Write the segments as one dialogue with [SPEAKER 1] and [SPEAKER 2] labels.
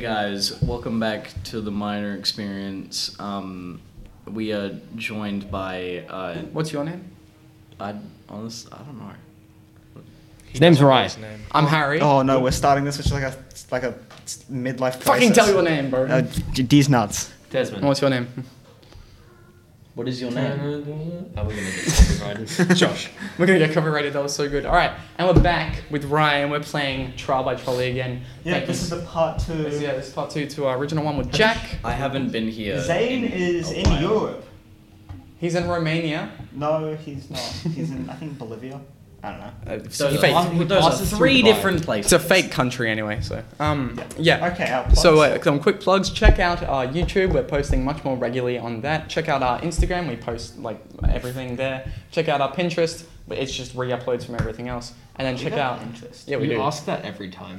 [SPEAKER 1] guys, welcome back to the minor experience. Um, we are joined by uh,
[SPEAKER 2] What's your name?
[SPEAKER 1] I honest I don't know.
[SPEAKER 3] His name's Ryan.
[SPEAKER 4] name.
[SPEAKER 2] I'm Harry.
[SPEAKER 5] Oh no, we're starting this, which is like a like a midlife. Crisis.
[SPEAKER 2] Fucking tell your name, bro.
[SPEAKER 5] Uh, d- these nuts.
[SPEAKER 2] And
[SPEAKER 3] Desmond.
[SPEAKER 2] what's your name?
[SPEAKER 1] What is your
[SPEAKER 3] Are
[SPEAKER 1] name?
[SPEAKER 3] we gonna get copyrighted?
[SPEAKER 2] Josh. We're gonna get copyrighted. That was so good. All right, and we're back with Ryan. We're playing Trial by Trolley again.
[SPEAKER 5] Yeah,
[SPEAKER 2] Thank
[SPEAKER 5] this is
[SPEAKER 2] you.
[SPEAKER 5] the part two.
[SPEAKER 2] This- yeah, this is part two to our original one with Jack.
[SPEAKER 1] I haven't been here.
[SPEAKER 5] Zane
[SPEAKER 1] in
[SPEAKER 5] is
[SPEAKER 1] a
[SPEAKER 5] in
[SPEAKER 1] while.
[SPEAKER 5] Europe.
[SPEAKER 2] He's in Romania.
[SPEAKER 5] No, he's not. He's in I think Bolivia. I don't know.
[SPEAKER 1] Uh,
[SPEAKER 2] So
[SPEAKER 1] those
[SPEAKER 2] he faked-
[SPEAKER 1] are,
[SPEAKER 2] he
[SPEAKER 1] those are
[SPEAKER 2] passes
[SPEAKER 1] three
[SPEAKER 2] through Dubai.
[SPEAKER 1] different
[SPEAKER 2] It's
[SPEAKER 1] places.
[SPEAKER 2] a fake country anyway. So um yeah.
[SPEAKER 5] Okay. Our
[SPEAKER 2] So
[SPEAKER 5] plugs.
[SPEAKER 2] uh, some quick plugs. Check out our YouTube. We're posting much more regularly on that. Check out our Instagram. We post like everything there. Check out our Pinterest. but It's just re-uploads from everything else. And then
[SPEAKER 5] We
[SPEAKER 2] check
[SPEAKER 5] got
[SPEAKER 2] out
[SPEAKER 5] Pinterest.
[SPEAKER 2] yeah we
[SPEAKER 3] you
[SPEAKER 2] do.
[SPEAKER 3] ask that every time.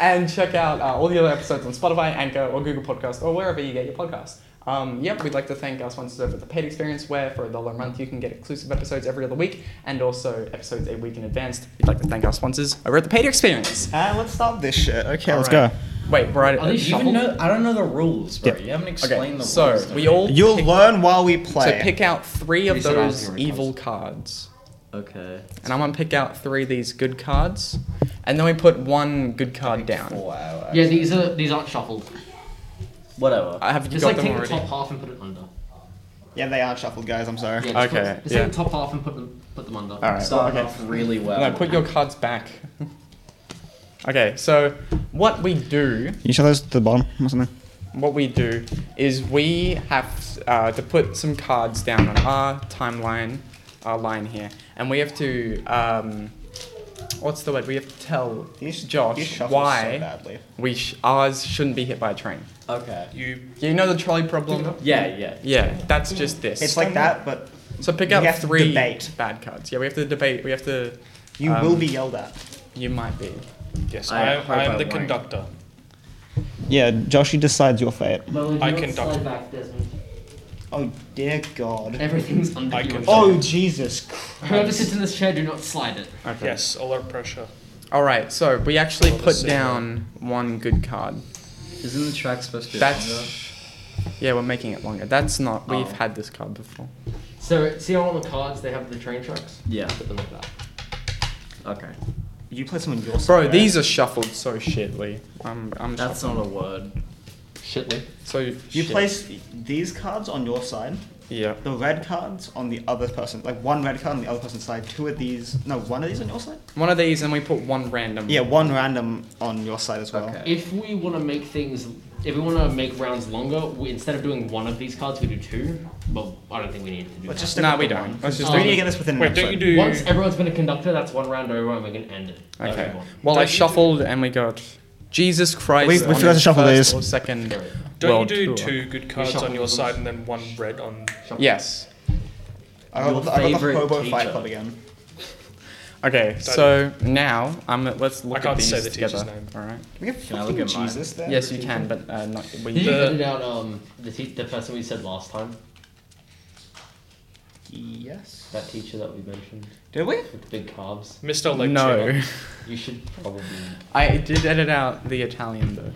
[SPEAKER 2] And check out uh, all the other episodes on Spotify, Anchor, or Google Podcast, or wherever you get your podcast. Um, yep, we'd like to thank our sponsors over at the Paid Experience, where for a dollar a month you can get exclusive episodes every other week and also episodes a week in advance. We'd like to thank our sponsors over at the Paid Experience.
[SPEAKER 5] Uh, let's start this shit. Okay, let's
[SPEAKER 2] Alright.
[SPEAKER 5] go.
[SPEAKER 2] Wait, we're right
[SPEAKER 1] I don't
[SPEAKER 2] at
[SPEAKER 1] even know. I don't know the rules, bro.
[SPEAKER 5] Yeah.
[SPEAKER 1] You haven't explained
[SPEAKER 2] Okay,
[SPEAKER 1] the
[SPEAKER 2] so
[SPEAKER 1] rules. to
[SPEAKER 2] we
[SPEAKER 1] me.
[SPEAKER 2] all
[SPEAKER 5] You'll
[SPEAKER 2] pick-
[SPEAKER 5] learn while we play.
[SPEAKER 2] So pick out three of
[SPEAKER 3] You said I was
[SPEAKER 2] those
[SPEAKER 3] gonna read
[SPEAKER 2] evil cards,
[SPEAKER 1] okay.
[SPEAKER 2] and I'm gonna pick out three of these good cards, and then we put one good card down.
[SPEAKER 1] Four hours.
[SPEAKER 3] yeah, these are these aren't shuffled.
[SPEAKER 1] Whatever.
[SPEAKER 2] I have you
[SPEAKER 3] Just
[SPEAKER 2] got
[SPEAKER 3] like
[SPEAKER 2] them
[SPEAKER 3] take the top
[SPEAKER 2] already.
[SPEAKER 3] half and put it under.
[SPEAKER 5] Yeah, they are shuffled, guys. I'm sorry.
[SPEAKER 3] Yeah, just
[SPEAKER 2] Okay,
[SPEAKER 3] Put, just
[SPEAKER 2] yeah.
[SPEAKER 3] take the top half and put them put them under.
[SPEAKER 5] All right.
[SPEAKER 1] Started
[SPEAKER 5] okay.
[SPEAKER 1] off really well.
[SPEAKER 2] No, put your cards back. okay, so what we do,
[SPEAKER 5] You show those to the bottom or something.
[SPEAKER 2] what we do is we have uh, to put some cards down on our timeline, our line here, and we have to. Um, what's the word? We have to tell
[SPEAKER 5] These, these
[SPEAKER 2] Josh
[SPEAKER 5] shuffle So
[SPEAKER 2] why
[SPEAKER 5] badly.
[SPEAKER 2] we sh- ours shouldn't be hit by a train.
[SPEAKER 1] okay.
[SPEAKER 2] You you know the trolley problem?
[SPEAKER 1] Yeah, yeah.
[SPEAKER 2] Yeah, that's just this.
[SPEAKER 5] It's like that, but
[SPEAKER 2] so pick
[SPEAKER 5] we
[SPEAKER 2] out
[SPEAKER 5] have to
[SPEAKER 2] three
[SPEAKER 5] debate.
[SPEAKER 2] bad cards. Yeah, we have to debate. We have to.
[SPEAKER 5] you
[SPEAKER 2] Um,
[SPEAKER 5] will be yelled at.
[SPEAKER 2] You might be.
[SPEAKER 4] Yes,
[SPEAKER 1] I
[SPEAKER 4] I,
[SPEAKER 1] hope
[SPEAKER 4] I
[SPEAKER 1] I
[SPEAKER 4] am the
[SPEAKER 1] won't.
[SPEAKER 4] conductor.
[SPEAKER 5] Yeah, Joshy decides your fate.
[SPEAKER 4] I you can slide duck.
[SPEAKER 3] back, Desmond.
[SPEAKER 5] Oh dear God.
[SPEAKER 3] Everything's under
[SPEAKER 4] I
[SPEAKER 3] you.
[SPEAKER 4] can-
[SPEAKER 5] Oh Jesus
[SPEAKER 3] Whoever
[SPEAKER 5] Christ.
[SPEAKER 3] sits in this chair, do not slide it.
[SPEAKER 2] Okay.
[SPEAKER 4] Yes, all our pressure.
[SPEAKER 2] All right. So we actually
[SPEAKER 4] Well, the
[SPEAKER 2] put
[SPEAKER 4] same
[SPEAKER 2] down one good card.
[SPEAKER 1] Isn't the track supposed to be longer?
[SPEAKER 2] That's. Yeah, we're making it longer. That's not. We've
[SPEAKER 1] Oh.
[SPEAKER 2] had this card before.
[SPEAKER 3] So see how on the cards they have the train tracks?
[SPEAKER 1] Yeah.
[SPEAKER 3] Put them like that.
[SPEAKER 1] Okay.
[SPEAKER 5] You play some on your side.
[SPEAKER 2] Bro,
[SPEAKER 5] right?
[SPEAKER 2] these are shuffled so shitly. I'm. I'm.
[SPEAKER 1] That's
[SPEAKER 2] shuffled.
[SPEAKER 1] not a word.
[SPEAKER 3] Shitly.
[SPEAKER 2] So you
[SPEAKER 5] You place these cards on your side,
[SPEAKER 2] Yeah.
[SPEAKER 5] the red cards on the other person, like one red card on the other person's side, two of these, no, one of these on your side?
[SPEAKER 2] One of these, and we put one random.
[SPEAKER 5] Yeah, one random on your side as well.
[SPEAKER 1] Okay.
[SPEAKER 3] If we want to make things, if we want to make rounds longer, we, instead of doing one of these cards, we do two. But I don't think we need to do
[SPEAKER 5] Let's just
[SPEAKER 3] that.
[SPEAKER 5] stick
[SPEAKER 2] Nah,
[SPEAKER 5] with
[SPEAKER 2] we
[SPEAKER 5] the
[SPEAKER 2] don't.
[SPEAKER 5] one.
[SPEAKER 2] Let's
[SPEAKER 3] just
[SPEAKER 5] we
[SPEAKER 3] do-
[SPEAKER 5] need to get this within an
[SPEAKER 4] Wait, don't
[SPEAKER 5] episode.
[SPEAKER 4] you do?
[SPEAKER 3] Once everyone's been a conductor, that's one round over, and we can end it.
[SPEAKER 2] Okay.
[SPEAKER 3] Everyone.
[SPEAKER 2] Well, I
[SPEAKER 4] Don't you do-
[SPEAKER 2] shuffled and we got Jesus Christ.
[SPEAKER 5] We- we
[SPEAKER 2] on
[SPEAKER 5] forgot to
[SPEAKER 2] his
[SPEAKER 5] shuffle
[SPEAKER 2] first
[SPEAKER 5] these.
[SPEAKER 2] Or second.
[SPEAKER 3] There we go.
[SPEAKER 4] don't
[SPEAKER 2] world
[SPEAKER 4] you do
[SPEAKER 2] tour.
[SPEAKER 4] two good cards
[SPEAKER 3] shuffle
[SPEAKER 4] on your
[SPEAKER 3] them.
[SPEAKER 4] side and then one red on?
[SPEAKER 3] Shuffle.
[SPEAKER 2] Yes.
[SPEAKER 5] I got, the-
[SPEAKER 1] Your
[SPEAKER 5] I got the
[SPEAKER 1] favourite
[SPEAKER 5] Hobo Fight
[SPEAKER 1] teacher.
[SPEAKER 5] Club again.
[SPEAKER 2] Okay. So now I'm. Let's look
[SPEAKER 4] I can't
[SPEAKER 2] at these
[SPEAKER 4] say the teacher's
[SPEAKER 2] together.
[SPEAKER 4] name.
[SPEAKER 2] All right.
[SPEAKER 5] Can we have
[SPEAKER 1] Can I look
[SPEAKER 5] fucking
[SPEAKER 1] at mine?
[SPEAKER 5] Jesus there?
[SPEAKER 2] Yes, you can, but uh, not. We,
[SPEAKER 3] Did you
[SPEAKER 4] The-
[SPEAKER 3] edit out um the te- the person we said last time?
[SPEAKER 5] Yes.
[SPEAKER 3] That teacher that we mentioned
[SPEAKER 5] Did we?
[SPEAKER 3] with the big carbs.
[SPEAKER 4] Mr. Lecturer.
[SPEAKER 2] no.
[SPEAKER 3] You should probably.
[SPEAKER 2] I did edit out the Italian though.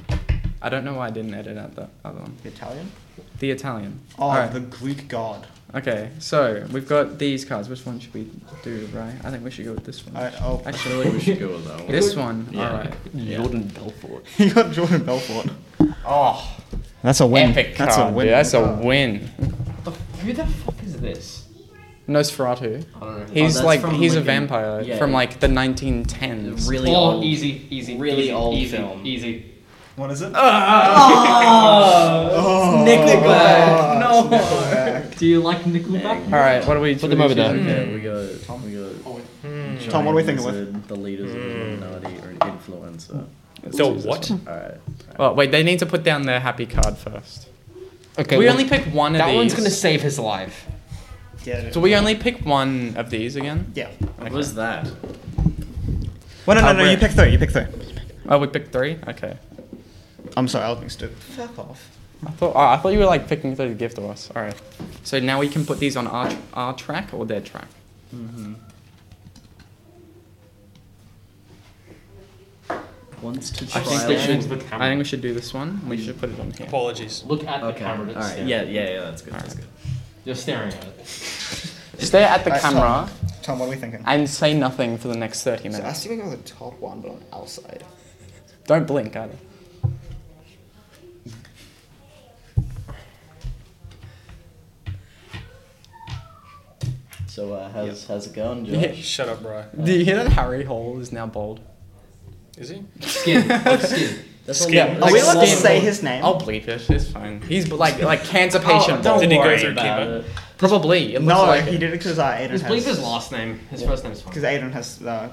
[SPEAKER 2] I don't know why I didn't edit out the other one.
[SPEAKER 5] The Italian?
[SPEAKER 2] The Italian.
[SPEAKER 5] Oh,
[SPEAKER 2] Alright.
[SPEAKER 5] the Greek god.
[SPEAKER 2] Okay, so we've got these cards. Which one should we do, right? I think we should go with this one.
[SPEAKER 5] I, oh.
[SPEAKER 2] Actually,
[SPEAKER 1] Surely we should go with that one.
[SPEAKER 2] this one.
[SPEAKER 1] Yeah.
[SPEAKER 2] Alright.
[SPEAKER 3] Jordan Belfort.
[SPEAKER 5] you got Jordan Belfort.
[SPEAKER 2] Oh,
[SPEAKER 5] That's a
[SPEAKER 2] epic card. dude, That's a win.
[SPEAKER 3] Who the fuck is this?
[SPEAKER 2] Nosferatu.
[SPEAKER 3] I don't know. Oh, who-
[SPEAKER 2] He's
[SPEAKER 1] that's
[SPEAKER 2] like
[SPEAKER 1] from
[SPEAKER 2] he's a
[SPEAKER 1] Lincoln.
[SPEAKER 2] vampire
[SPEAKER 1] Yeah.
[SPEAKER 2] from like the 1910s.
[SPEAKER 1] Really
[SPEAKER 3] oh,
[SPEAKER 1] old.
[SPEAKER 3] easy, easy,
[SPEAKER 1] really
[SPEAKER 3] easy,
[SPEAKER 1] old
[SPEAKER 3] easy,
[SPEAKER 1] film.
[SPEAKER 3] Easy.
[SPEAKER 5] What is it?
[SPEAKER 1] Oh, Nickelback.
[SPEAKER 5] Oh, Nickelback.
[SPEAKER 3] Do you like Nickelback?
[SPEAKER 2] All right, what are we? Put
[SPEAKER 3] them over there.
[SPEAKER 1] Okay, we got Tom. We got giant
[SPEAKER 5] Hmm. Tom, what are we thinking with?
[SPEAKER 1] lizard, The leaders of the Illuminati or an influencer.
[SPEAKER 4] The what?
[SPEAKER 1] All right.
[SPEAKER 2] Oh wait, they need to put down their happy card first.
[SPEAKER 3] Okay.
[SPEAKER 2] we
[SPEAKER 3] well,
[SPEAKER 2] only pick one of
[SPEAKER 3] that
[SPEAKER 2] these.
[SPEAKER 3] one's gonna save his life.
[SPEAKER 5] Yeah.
[SPEAKER 2] Do we only pick one of these again?
[SPEAKER 5] Yeah.
[SPEAKER 1] What was that?
[SPEAKER 5] Well, no, no,
[SPEAKER 2] Uh,
[SPEAKER 5] no. You
[SPEAKER 2] we're-
[SPEAKER 5] pick three. You pick three.
[SPEAKER 2] Oh, we picked three. Okay.
[SPEAKER 5] I'm sorry, I was being stupid. Fuck off.
[SPEAKER 2] I thought oh, I thought you were like picking three to give to us. All right. So now we can put these on our our track or their track.
[SPEAKER 1] wants to
[SPEAKER 2] I
[SPEAKER 1] try
[SPEAKER 2] think
[SPEAKER 3] Just
[SPEAKER 2] they
[SPEAKER 1] out?
[SPEAKER 3] stick things to the camera.
[SPEAKER 2] I think we should do this one. We should put it on here.
[SPEAKER 4] Apologies.
[SPEAKER 3] Look at the
[SPEAKER 1] Okay. All
[SPEAKER 3] camera. Just
[SPEAKER 1] right.
[SPEAKER 3] stare.
[SPEAKER 1] Yeah, yeah, yeah. That's good.
[SPEAKER 2] All
[SPEAKER 1] That's
[SPEAKER 2] right.
[SPEAKER 1] good.
[SPEAKER 3] Just staring at it.
[SPEAKER 2] Stare at the
[SPEAKER 5] Alright, Tom.
[SPEAKER 2] camera
[SPEAKER 5] Tom, what are we thinking?
[SPEAKER 2] and say nothing for the next 30
[SPEAKER 5] So I
[SPEAKER 2] minutes.
[SPEAKER 5] see we go with the top one, but on outside.
[SPEAKER 2] Don't blink either.
[SPEAKER 1] So uh, how's how's it going, Josh?
[SPEAKER 2] Yeah.
[SPEAKER 4] Shut up, bro.
[SPEAKER 2] Do you hear that Harry Hall is now bald?
[SPEAKER 4] Is he?
[SPEAKER 3] Skin. Like skin.
[SPEAKER 1] That's
[SPEAKER 4] Skin.
[SPEAKER 1] all-
[SPEAKER 4] Are
[SPEAKER 5] Are
[SPEAKER 2] Like
[SPEAKER 5] we allowed to
[SPEAKER 2] skin-
[SPEAKER 5] say his name?
[SPEAKER 2] I'll bleep it. It's fine. He's b- like like cancer patient.
[SPEAKER 4] don't
[SPEAKER 2] bald.
[SPEAKER 4] Did he go
[SPEAKER 1] worry
[SPEAKER 4] through
[SPEAKER 1] about
[SPEAKER 4] chemo?
[SPEAKER 1] it.
[SPEAKER 2] Probably. It looks
[SPEAKER 5] no,
[SPEAKER 2] like
[SPEAKER 5] he
[SPEAKER 2] it.
[SPEAKER 5] did it because uh, Aiden
[SPEAKER 3] Just bleep
[SPEAKER 5] has.
[SPEAKER 3] his last name. His first name's fine.
[SPEAKER 5] Because Aiden has. Uh,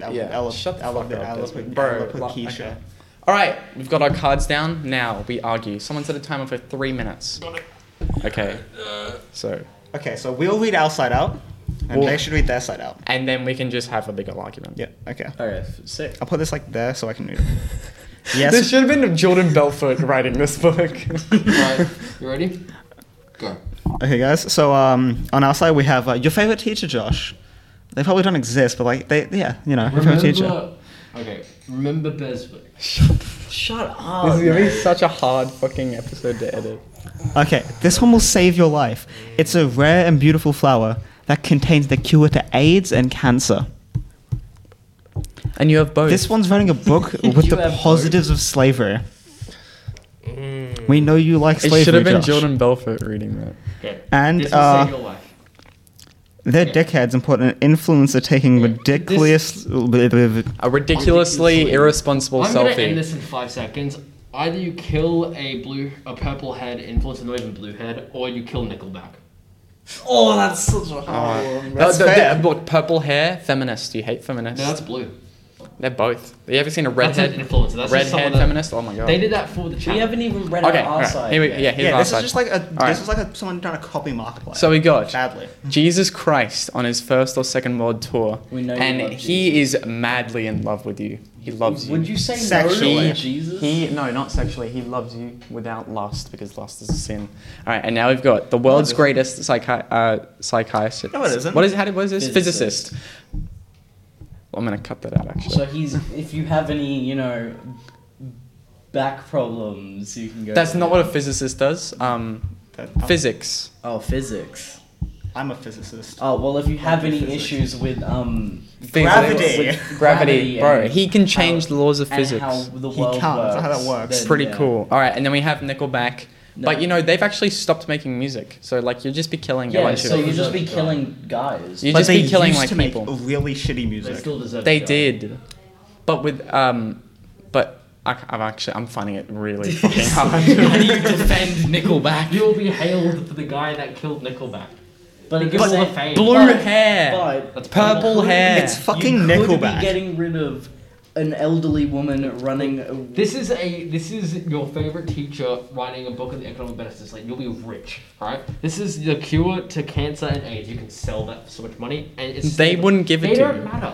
[SPEAKER 5] Ele-
[SPEAKER 2] Yeah,
[SPEAKER 5] Ele-
[SPEAKER 2] shut the
[SPEAKER 5] Ele-
[SPEAKER 2] fuck up,
[SPEAKER 5] Ele-
[SPEAKER 2] Desmond.
[SPEAKER 5] Ele-
[SPEAKER 2] Bro,
[SPEAKER 5] Ele-
[SPEAKER 2] like,
[SPEAKER 5] Keisha.
[SPEAKER 2] okay. All right, we've got our cards down. Now we argue. Someone's at a timer for three minutes. Okay. So,
[SPEAKER 5] Okay, so we'll read our side out, and
[SPEAKER 2] Well-
[SPEAKER 5] they should read their side out.
[SPEAKER 2] and then we can just have a big old argument.
[SPEAKER 5] Yeah, okay.
[SPEAKER 1] All right, f- sick.
[SPEAKER 5] I'll put this like there so I can read it.
[SPEAKER 2] This
[SPEAKER 5] Yes.
[SPEAKER 2] should have been Jordan Belfort writing this book.
[SPEAKER 3] Alright, you ready? Go.
[SPEAKER 5] okay, guys. So um, on our side we have uh, your favorite teacher, Josh. They probably don't exist, but like they, yeah, you know, your favorite teacher.
[SPEAKER 3] Remember. Okay. Remember Beswick.
[SPEAKER 1] Shut
[SPEAKER 2] this
[SPEAKER 1] up.
[SPEAKER 2] is gonna be such a hard fucking episode to edit.
[SPEAKER 5] Okay, this one will save your life. It's a rare and beautiful flower that contains the cure to AIDS and cancer.
[SPEAKER 2] And you have both.
[SPEAKER 5] This one's writing a book with
[SPEAKER 1] You have
[SPEAKER 5] the
[SPEAKER 1] both.
[SPEAKER 5] positives of slavery.
[SPEAKER 1] Mm.
[SPEAKER 5] We know you like slavery.
[SPEAKER 2] it should have been
[SPEAKER 5] Josh.
[SPEAKER 2] Jordan Belfort reading that.
[SPEAKER 3] Okay.
[SPEAKER 5] And,
[SPEAKER 3] this will
[SPEAKER 5] uh,
[SPEAKER 3] save your life.
[SPEAKER 5] They're
[SPEAKER 3] Yeah.
[SPEAKER 5] dickheads and put an influencer taking ridiculous.
[SPEAKER 2] A ridiculously
[SPEAKER 3] Ridiculously.
[SPEAKER 2] irresponsible
[SPEAKER 3] I'm gonna end
[SPEAKER 2] selfie.
[SPEAKER 3] this in five seconds. Either you kill a blue, a purple head influencer, not even blue head, or you kill Nickelback.
[SPEAKER 1] Oh, that's such a hard one.
[SPEAKER 2] No,
[SPEAKER 5] That's
[SPEAKER 2] no,
[SPEAKER 5] fair.
[SPEAKER 2] th- look, purple hair, feminist. You hate feminists.
[SPEAKER 3] No, that's blue.
[SPEAKER 2] They're both. Have you ever seen a
[SPEAKER 3] That's an
[SPEAKER 2] redhead?
[SPEAKER 3] influencer. That's
[SPEAKER 2] Red
[SPEAKER 3] just someone
[SPEAKER 2] haired
[SPEAKER 3] that-
[SPEAKER 2] feminist? Oh my god.
[SPEAKER 3] They did that for the
[SPEAKER 1] We
[SPEAKER 3] channel.
[SPEAKER 1] haven't even read
[SPEAKER 2] Okay,
[SPEAKER 1] out our
[SPEAKER 2] alright,
[SPEAKER 1] side.
[SPEAKER 2] here we-
[SPEAKER 1] yet.
[SPEAKER 2] yeah, here's
[SPEAKER 5] Yeah,
[SPEAKER 2] our
[SPEAKER 5] this
[SPEAKER 2] side.
[SPEAKER 5] is just like a.
[SPEAKER 2] Alright.
[SPEAKER 5] This is like a, someone trying to copy Markiplier.
[SPEAKER 2] So we got
[SPEAKER 5] badly.
[SPEAKER 2] Jesus Christ on his first or second world tour,
[SPEAKER 1] We know you love
[SPEAKER 2] and he is madly in love with you. He loves you.
[SPEAKER 1] Would you say no
[SPEAKER 5] Sexually.
[SPEAKER 1] to Jesus?
[SPEAKER 2] He no, not sexually. He loves you without lust because lust is a sin. All right, and now we've got the world's greatest psychi- uh, psychiatrist.
[SPEAKER 5] No, it isn't.
[SPEAKER 2] What is how did, what is this? Physicist.
[SPEAKER 1] Physicist.
[SPEAKER 2] Well, I'm gonna cut that out actually.
[SPEAKER 1] so he's. If you have any, you know, back problems, you can go.
[SPEAKER 2] That's
[SPEAKER 1] to
[SPEAKER 2] not
[SPEAKER 1] him.
[SPEAKER 2] what a physicist does. Um,
[SPEAKER 5] That- I'm-
[SPEAKER 2] physics.
[SPEAKER 1] Oh, physics.
[SPEAKER 5] I'm a physicist.
[SPEAKER 1] Oh well, if you have any
[SPEAKER 5] Physics.
[SPEAKER 1] issues with um
[SPEAKER 2] Physics.
[SPEAKER 5] Gravity.
[SPEAKER 2] Gravity. Bro,
[SPEAKER 1] and
[SPEAKER 2] he can change
[SPEAKER 1] how-
[SPEAKER 2] the laws of
[SPEAKER 1] and
[SPEAKER 2] physics.
[SPEAKER 1] how the
[SPEAKER 5] He
[SPEAKER 1] world
[SPEAKER 5] can't,
[SPEAKER 1] Works,
[SPEAKER 5] that's how that works.
[SPEAKER 2] It's pretty
[SPEAKER 1] yeah.
[SPEAKER 2] cool. All right, and then we have Nickelback. But
[SPEAKER 1] No.
[SPEAKER 2] you know they've actually stopped making music, so like you'll just be killing a
[SPEAKER 1] Yeah,
[SPEAKER 2] bunch
[SPEAKER 1] so
[SPEAKER 2] of.
[SPEAKER 1] you just be killing guys.
[SPEAKER 2] You
[SPEAKER 5] but
[SPEAKER 2] just
[SPEAKER 5] they
[SPEAKER 2] be killing
[SPEAKER 5] used
[SPEAKER 2] like
[SPEAKER 5] to make
[SPEAKER 2] people.
[SPEAKER 5] really shitty
[SPEAKER 3] They
[SPEAKER 5] music.
[SPEAKER 3] still deserve.
[SPEAKER 2] They
[SPEAKER 3] to die.
[SPEAKER 2] did, but with um, but I, am actually I'm finding it really fucking hard.
[SPEAKER 1] how do you defend Nickelback?
[SPEAKER 3] You will be hailed for the guy that killed Nickelback.
[SPEAKER 1] But
[SPEAKER 3] They give
[SPEAKER 1] but-
[SPEAKER 3] all the fame.
[SPEAKER 2] Blue
[SPEAKER 1] But-
[SPEAKER 2] hair,
[SPEAKER 1] but-
[SPEAKER 3] That's
[SPEAKER 2] purple
[SPEAKER 1] You could-
[SPEAKER 2] hair.
[SPEAKER 5] It's fucking
[SPEAKER 1] you Could
[SPEAKER 5] Nickelback.
[SPEAKER 1] be getting rid of an elderly woman running. A,
[SPEAKER 3] This is a this is your favorite teacher writing a book on the economic benefits. Like you'll be rich, all right? This is the cure to cancer and AIDS. You can sell that for so much money, and it's
[SPEAKER 2] They wouldn't give it
[SPEAKER 3] They
[SPEAKER 2] to
[SPEAKER 3] don't
[SPEAKER 2] you.
[SPEAKER 3] matter.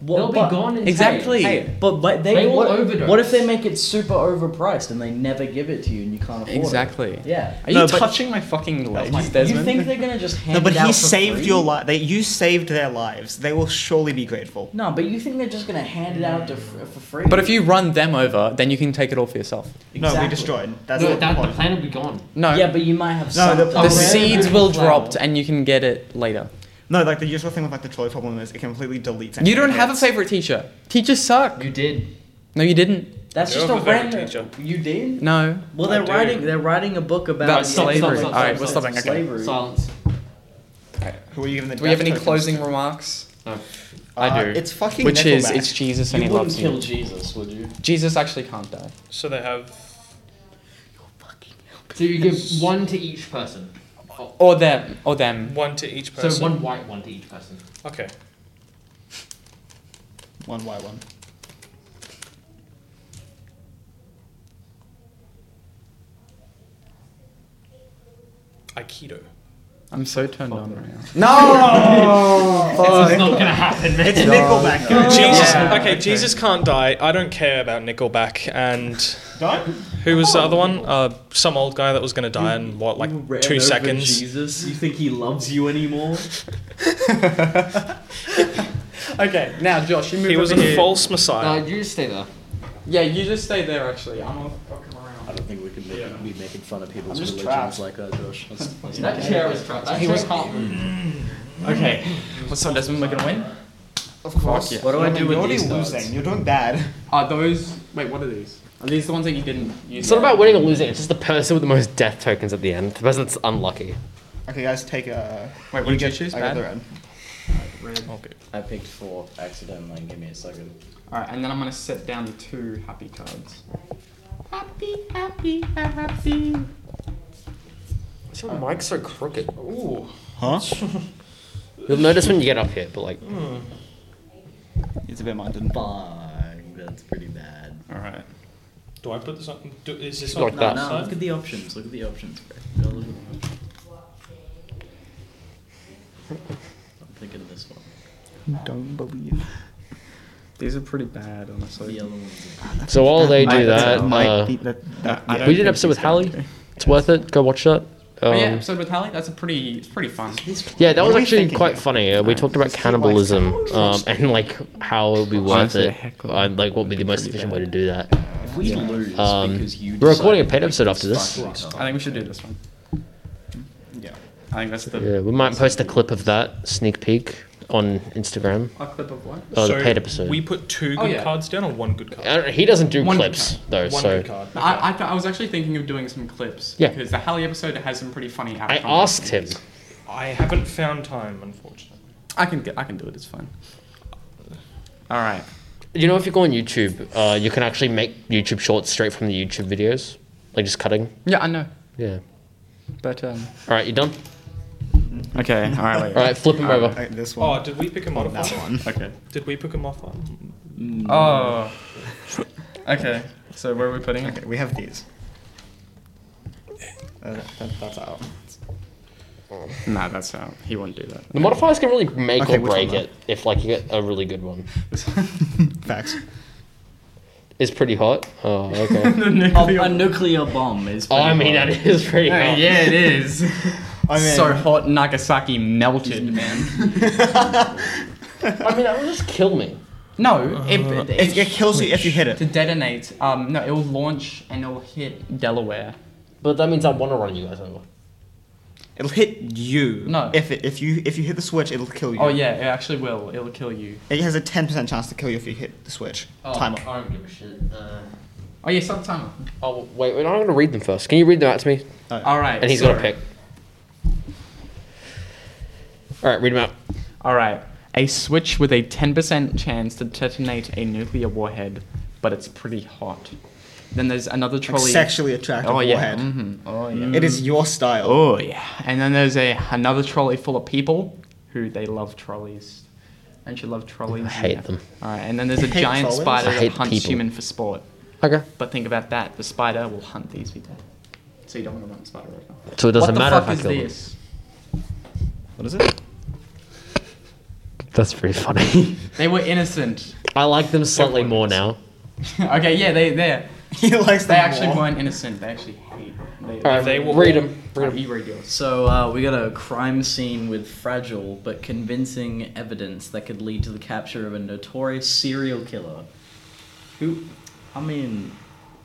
[SPEAKER 1] What-
[SPEAKER 3] They'll
[SPEAKER 1] but-
[SPEAKER 3] be gone in
[SPEAKER 2] Exactly.
[SPEAKER 3] ten.
[SPEAKER 1] Hey, but but they,
[SPEAKER 3] They will
[SPEAKER 1] what,
[SPEAKER 3] overdose.
[SPEAKER 1] what if they make it super overpriced and they never give it to you and you can't afford it?
[SPEAKER 2] Exactly.
[SPEAKER 1] Yeah.
[SPEAKER 2] Are you
[SPEAKER 5] No, but-
[SPEAKER 2] touching my fucking legs,
[SPEAKER 1] Like,
[SPEAKER 2] Desmond?
[SPEAKER 1] You think they're gonna just hand
[SPEAKER 5] No, but
[SPEAKER 1] it out
[SPEAKER 5] he
[SPEAKER 1] for
[SPEAKER 5] saved
[SPEAKER 1] free?
[SPEAKER 5] your life. You saved their lives. They will surely be grateful.
[SPEAKER 1] No, but you think they're just gonna hand it out to, f- for free?
[SPEAKER 2] but if you run them over, then you can take it all for yourself.
[SPEAKER 5] No, we
[SPEAKER 1] Exactly.
[SPEAKER 5] destroyed. That's
[SPEAKER 3] No,
[SPEAKER 5] the
[SPEAKER 3] that, the
[SPEAKER 5] point.
[SPEAKER 3] planet will be gone.
[SPEAKER 2] No.
[SPEAKER 1] Yeah, but you might have
[SPEAKER 5] No, the-
[SPEAKER 1] something.
[SPEAKER 2] the
[SPEAKER 3] Oh,
[SPEAKER 2] seeds
[SPEAKER 3] yeah.
[SPEAKER 2] will
[SPEAKER 3] Flower.
[SPEAKER 2] drop, and you can get it later.
[SPEAKER 5] No, like the usual thing with like the trolley problem is it completely deletes.
[SPEAKER 2] You don't
[SPEAKER 5] anything.
[SPEAKER 2] have a favorite teacher. Teachers suck.
[SPEAKER 3] You did.
[SPEAKER 2] No, you didn't.
[SPEAKER 1] That's
[SPEAKER 4] You
[SPEAKER 1] just a
[SPEAKER 4] have a favorite
[SPEAKER 1] random.
[SPEAKER 4] teacher.
[SPEAKER 1] You did?
[SPEAKER 2] No.
[SPEAKER 1] Well,
[SPEAKER 4] I
[SPEAKER 1] they're
[SPEAKER 4] do.
[SPEAKER 1] writing. They're writing a book about,
[SPEAKER 2] About
[SPEAKER 1] the
[SPEAKER 2] slavery.
[SPEAKER 1] economics
[SPEAKER 3] All
[SPEAKER 1] of
[SPEAKER 3] right, we're
[SPEAKER 1] slavery.
[SPEAKER 2] stopping, okay.
[SPEAKER 3] Silence.
[SPEAKER 5] Who are you giving the
[SPEAKER 2] Do we have
[SPEAKER 5] death
[SPEAKER 2] any
[SPEAKER 5] tokens
[SPEAKER 2] closing
[SPEAKER 5] to?
[SPEAKER 2] remarks?
[SPEAKER 3] No.
[SPEAKER 2] I
[SPEAKER 5] Uh,
[SPEAKER 2] do.
[SPEAKER 5] It's fucking
[SPEAKER 2] Which is,
[SPEAKER 5] Nickelback.
[SPEAKER 2] it's Jesus and
[SPEAKER 1] You
[SPEAKER 2] he
[SPEAKER 1] wouldn't
[SPEAKER 2] loves you.
[SPEAKER 1] kill Jesus, would you?
[SPEAKER 2] Jesus actually can't die.
[SPEAKER 4] So they have.
[SPEAKER 3] So you give one to each person.
[SPEAKER 2] Or them. Or them.
[SPEAKER 4] One to each person.
[SPEAKER 3] So one white one to each person.
[SPEAKER 4] Okay.
[SPEAKER 5] one by one.
[SPEAKER 4] Aikido.
[SPEAKER 2] I'm so turned on right now.
[SPEAKER 3] It's not gonna happen, man.
[SPEAKER 5] It's Nickelback.
[SPEAKER 4] Jesus.
[SPEAKER 2] Yeah,
[SPEAKER 4] okay,
[SPEAKER 2] okay.
[SPEAKER 4] Jesus can't die. I don't care about Nickelback. And
[SPEAKER 5] Don't.
[SPEAKER 4] who was the other one? Uh, some old guy that was gonna die in what, like
[SPEAKER 1] You ran
[SPEAKER 4] two
[SPEAKER 1] over
[SPEAKER 4] seconds?
[SPEAKER 1] Jesus, you think he loves you anymore?
[SPEAKER 2] Okay, now Josh, you move
[SPEAKER 4] He was
[SPEAKER 2] over
[SPEAKER 4] a
[SPEAKER 2] here.
[SPEAKER 4] false messiah.
[SPEAKER 3] No, you just stay there.
[SPEAKER 2] Yeah, you just stay there actually. I'm gonna fucking around.
[SPEAKER 6] I don't think we can make, be making fun of people's
[SPEAKER 2] just
[SPEAKER 6] religions
[SPEAKER 2] trapped.
[SPEAKER 6] like that, Josh. That's, that's
[SPEAKER 7] That chair was trapped. That chair was can't move.
[SPEAKER 1] Okay. What's up, Desmond? We're gonna win?
[SPEAKER 2] Of course.
[SPEAKER 1] What do I do with these cards?
[SPEAKER 5] You're doing bad.
[SPEAKER 2] Are those? Wait, what are these? Are these the ones that you didn't use?
[SPEAKER 3] It's not
[SPEAKER 2] yet?
[SPEAKER 3] about winning or losing, it's just the person with the most death tokens at the end. The person that's unlucky.
[SPEAKER 5] Okay, guys, take a.
[SPEAKER 2] Wait, what did you choose?
[SPEAKER 5] I got
[SPEAKER 2] Bad?
[SPEAKER 5] the red.
[SPEAKER 4] Okay.
[SPEAKER 1] I picked four accidentally. Give me a second.
[SPEAKER 2] All right, and then I'm gonna set down two happy cards.
[SPEAKER 3] What's your mic so crooked?
[SPEAKER 2] Ooh.
[SPEAKER 5] Huh?
[SPEAKER 3] You'll notice when you get up here, but like,
[SPEAKER 5] It's a bit minded.
[SPEAKER 1] Bang. That's pretty bad.
[SPEAKER 2] All right.
[SPEAKER 4] Do I put this on? Do, is this
[SPEAKER 3] Like
[SPEAKER 4] on
[SPEAKER 3] that.
[SPEAKER 4] that
[SPEAKER 1] No,
[SPEAKER 4] side?
[SPEAKER 1] look at the options. Look at the options, bro. Go look at the options. I'm thinking of this one.
[SPEAKER 5] Don't believe.
[SPEAKER 2] These are pretty bad,
[SPEAKER 1] The
[SPEAKER 2] honestly.
[SPEAKER 1] yellow ones.
[SPEAKER 3] so while they do
[SPEAKER 5] That
[SPEAKER 3] that,
[SPEAKER 5] might
[SPEAKER 3] uh,
[SPEAKER 5] be- that- that-
[SPEAKER 2] I
[SPEAKER 5] yeah.
[SPEAKER 2] don't
[SPEAKER 3] we did an episode with Hallie. It's worth it. Go watch that.
[SPEAKER 2] Oh, yeah,
[SPEAKER 3] Um,
[SPEAKER 2] episode with Hallie. That's a pretty, it's pretty fun.
[SPEAKER 3] yeah, that
[SPEAKER 5] What
[SPEAKER 3] was
[SPEAKER 5] are we
[SPEAKER 3] actually
[SPEAKER 5] thinking
[SPEAKER 3] quite
[SPEAKER 5] here?
[SPEAKER 3] funny. Uh, we talked about cannibalism um, and like how it would be worth
[SPEAKER 2] Honestly,
[SPEAKER 3] it,
[SPEAKER 2] heckle.
[SPEAKER 3] and like what would be the most efficient way to do that.
[SPEAKER 1] If we lose
[SPEAKER 3] Um,
[SPEAKER 1] because you
[SPEAKER 3] we're recording a
[SPEAKER 1] decided
[SPEAKER 3] paid episode
[SPEAKER 1] to
[SPEAKER 3] after this.
[SPEAKER 1] fuck us up.
[SPEAKER 2] I think we should do this one. Hmm?
[SPEAKER 5] Yeah.
[SPEAKER 2] I think that's the
[SPEAKER 3] Yeah, we might post a clip of that sneak peek on Instagram.
[SPEAKER 2] a clip of one.
[SPEAKER 3] Oh, the paid episode.
[SPEAKER 4] We put two
[SPEAKER 2] Oh,
[SPEAKER 4] good
[SPEAKER 2] yeah.
[SPEAKER 4] cards down or one good card?
[SPEAKER 3] I don't, he doesn't do
[SPEAKER 2] One good
[SPEAKER 3] clips
[SPEAKER 2] card.
[SPEAKER 3] though,
[SPEAKER 4] one
[SPEAKER 3] so
[SPEAKER 4] good card.
[SPEAKER 2] I, I, th- I was actually thinking of doing some clips
[SPEAKER 3] Yeah.
[SPEAKER 2] because the Hallie episode has some pretty funny.
[SPEAKER 3] I asked him.
[SPEAKER 4] I haven't found time, unfortunately.
[SPEAKER 2] I can get. I can do it. It's fine. All right.
[SPEAKER 3] You know, if you go on YouTube, uh, you can actually make YouTube shorts straight from the YouTube videos, like just cutting.
[SPEAKER 2] Yeah, I know.
[SPEAKER 3] Yeah.
[SPEAKER 2] But um.
[SPEAKER 3] All right, you done?
[SPEAKER 2] Okay. All right. Wait.
[SPEAKER 3] All right, flip him over.
[SPEAKER 5] Okay, this
[SPEAKER 4] Oh,
[SPEAKER 5] one.
[SPEAKER 4] did we pick a modifier?
[SPEAKER 5] that one.
[SPEAKER 2] Okay.
[SPEAKER 4] Did we pick a modifier?
[SPEAKER 2] Oh. Okay. So where are we putting it?
[SPEAKER 5] Okay, we have these. Uh, that, that's out.
[SPEAKER 2] Nah, that's how he won't do that.
[SPEAKER 3] The modifiers can really make
[SPEAKER 5] Okay,
[SPEAKER 3] or
[SPEAKER 5] which one
[SPEAKER 3] break
[SPEAKER 5] now?
[SPEAKER 3] it if like you get a really good one.
[SPEAKER 5] Facts.
[SPEAKER 3] It's pretty hot. Oh, okay.
[SPEAKER 1] A, a nuclear bomb is.
[SPEAKER 3] oh, I
[SPEAKER 1] pretty
[SPEAKER 3] mean
[SPEAKER 1] hot.
[SPEAKER 3] that is pretty hot.
[SPEAKER 2] yeah, it is.
[SPEAKER 5] I mean,
[SPEAKER 2] so hot, Nagasaki melted, man.
[SPEAKER 3] I mean that will just kill me.
[SPEAKER 2] No, it,
[SPEAKER 5] it, it kills you if you hit
[SPEAKER 2] to
[SPEAKER 5] it.
[SPEAKER 2] detonate. Um, no, it will launch and it will hit Delaware.
[SPEAKER 3] But that means I want to run you guys over.
[SPEAKER 5] It'll hit you.
[SPEAKER 2] No.
[SPEAKER 5] If it, if you if you hit the switch, it'll kill you.
[SPEAKER 2] Oh yeah, it actually will. It will kill you.
[SPEAKER 5] It has a ten percent chance to kill you if you hit the switch. Timer.
[SPEAKER 3] I don't give a shit. Uh,
[SPEAKER 2] Oh yeah, stop the timer.
[SPEAKER 3] oh wait, wait, I'm gonna read them first. Can you read them out to me?
[SPEAKER 5] Uh,
[SPEAKER 2] All right.
[SPEAKER 3] And he's
[SPEAKER 2] so-
[SPEAKER 3] got a pick. All right, read them out.
[SPEAKER 2] All right. A switch with a 10% chance to detonate a nuclear warhead, but it's pretty hot. Then there's another
[SPEAKER 5] Like
[SPEAKER 2] trolley.
[SPEAKER 5] sexually attractive
[SPEAKER 2] oh, yeah.
[SPEAKER 5] warhead.
[SPEAKER 2] mhm, Oh yeah.
[SPEAKER 5] It is your style.
[SPEAKER 2] Oh yeah. And then there's a another trolley full of people who they love trolleys. Don't you love trolleys?
[SPEAKER 3] I hate
[SPEAKER 2] Yeah.
[SPEAKER 3] them.
[SPEAKER 2] All right. And then there's
[SPEAKER 5] You
[SPEAKER 2] a
[SPEAKER 5] hate
[SPEAKER 2] giant
[SPEAKER 5] trolleys?
[SPEAKER 2] spider
[SPEAKER 3] I
[SPEAKER 2] that
[SPEAKER 3] hate
[SPEAKER 2] hunts
[SPEAKER 3] people.
[SPEAKER 2] human for sport.
[SPEAKER 3] Okay.
[SPEAKER 2] But think about that. The spider will hunt these people. So you don't want to run the spider right now.
[SPEAKER 3] So it doesn't
[SPEAKER 2] what
[SPEAKER 3] matter
[SPEAKER 2] the
[SPEAKER 3] if
[SPEAKER 2] fuck
[SPEAKER 3] I
[SPEAKER 2] is
[SPEAKER 3] kill them.
[SPEAKER 2] this?
[SPEAKER 5] What is it?
[SPEAKER 3] That's pretty funny.
[SPEAKER 2] They were innocent.
[SPEAKER 3] I like them slightly more now.
[SPEAKER 2] okay. Yeah. They there.
[SPEAKER 5] he likes
[SPEAKER 2] They
[SPEAKER 5] them
[SPEAKER 2] actually
[SPEAKER 5] more.
[SPEAKER 2] weren't innocent. They actually hate. They,
[SPEAKER 3] All right,
[SPEAKER 4] They will-
[SPEAKER 3] read them.
[SPEAKER 2] Alright, you read yours.
[SPEAKER 1] So uh, we got a crime scene with fragile but convincing evidence that could lead to the capture of a notorious serial killer.
[SPEAKER 2] Who?
[SPEAKER 1] I mean,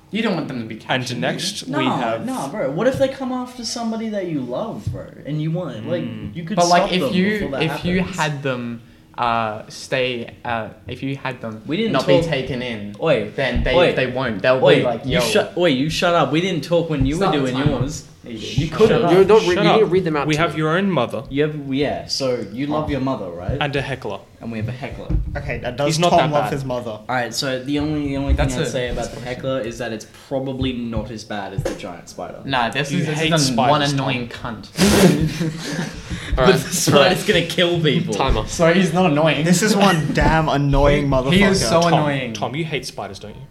[SPEAKER 2] You don't want them to be captured.
[SPEAKER 4] And next
[SPEAKER 1] no,
[SPEAKER 4] we have.
[SPEAKER 1] no, bro. What if they come after somebody that you love, bro, and you want like you could
[SPEAKER 2] But
[SPEAKER 1] stop
[SPEAKER 2] like,
[SPEAKER 1] them
[SPEAKER 2] if you
[SPEAKER 1] before that
[SPEAKER 2] if you
[SPEAKER 1] happens.
[SPEAKER 2] had them uh, stay, uh, if you had them,
[SPEAKER 1] We didn't
[SPEAKER 2] not be
[SPEAKER 1] talk-
[SPEAKER 2] taken in.
[SPEAKER 1] Oi,
[SPEAKER 2] then they
[SPEAKER 1] oi,
[SPEAKER 2] they won't. They'll
[SPEAKER 1] Wait,
[SPEAKER 2] be like,
[SPEAKER 1] you
[SPEAKER 2] yo.
[SPEAKER 1] shut. Wait, you shut up. We didn't talk when you
[SPEAKER 2] Stop
[SPEAKER 1] were
[SPEAKER 2] the
[SPEAKER 1] doing
[SPEAKER 2] timer.
[SPEAKER 1] yours. You could
[SPEAKER 3] Shut
[SPEAKER 1] have.
[SPEAKER 3] up. You're not-
[SPEAKER 4] Shut
[SPEAKER 3] you need to
[SPEAKER 4] up.
[SPEAKER 3] read them out
[SPEAKER 4] We
[SPEAKER 3] to
[SPEAKER 4] have
[SPEAKER 3] me.
[SPEAKER 4] your own mother
[SPEAKER 1] You have yeah. So you
[SPEAKER 2] Oh.
[SPEAKER 1] love your mother, right?
[SPEAKER 4] and a heckler.
[SPEAKER 1] and we have a heckler.
[SPEAKER 5] Okay, that does
[SPEAKER 4] He's not
[SPEAKER 5] Tom
[SPEAKER 4] that
[SPEAKER 5] love
[SPEAKER 4] bad.
[SPEAKER 5] his mother?
[SPEAKER 1] All right. So the only the only
[SPEAKER 2] That's
[SPEAKER 1] thing I'd
[SPEAKER 2] a-
[SPEAKER 1] say about the heckler is that it's probably not as bad as the giant spider.
[SPEAKER 2] Nah, this
[SPEAKER 4] You
[SPEAKER 2] is, this
[SPEAKER 4] hate
[SPEAKER 2] is an- one
[SPEAKER 4] spiders, Tom.
[SPEAKER 2] annoying cunt.
[SPEAKER 3] All
[SPEAKER 1] But
[SPEAKER 3] right.
[SPEAKER 1] the spider's gonna kill people.
[SPEAKER 3] Timer.
[SPEAKER 2] so he's not annoying.
[SPEAKER 5] This is one damn annoying motherfucker.
[SPEAKER 2] he is so
[SPEAKER 4] Tom,
[SPEAKER 2] annoying.
[SPEAKER 4] Tom, you hate spiders, don't you?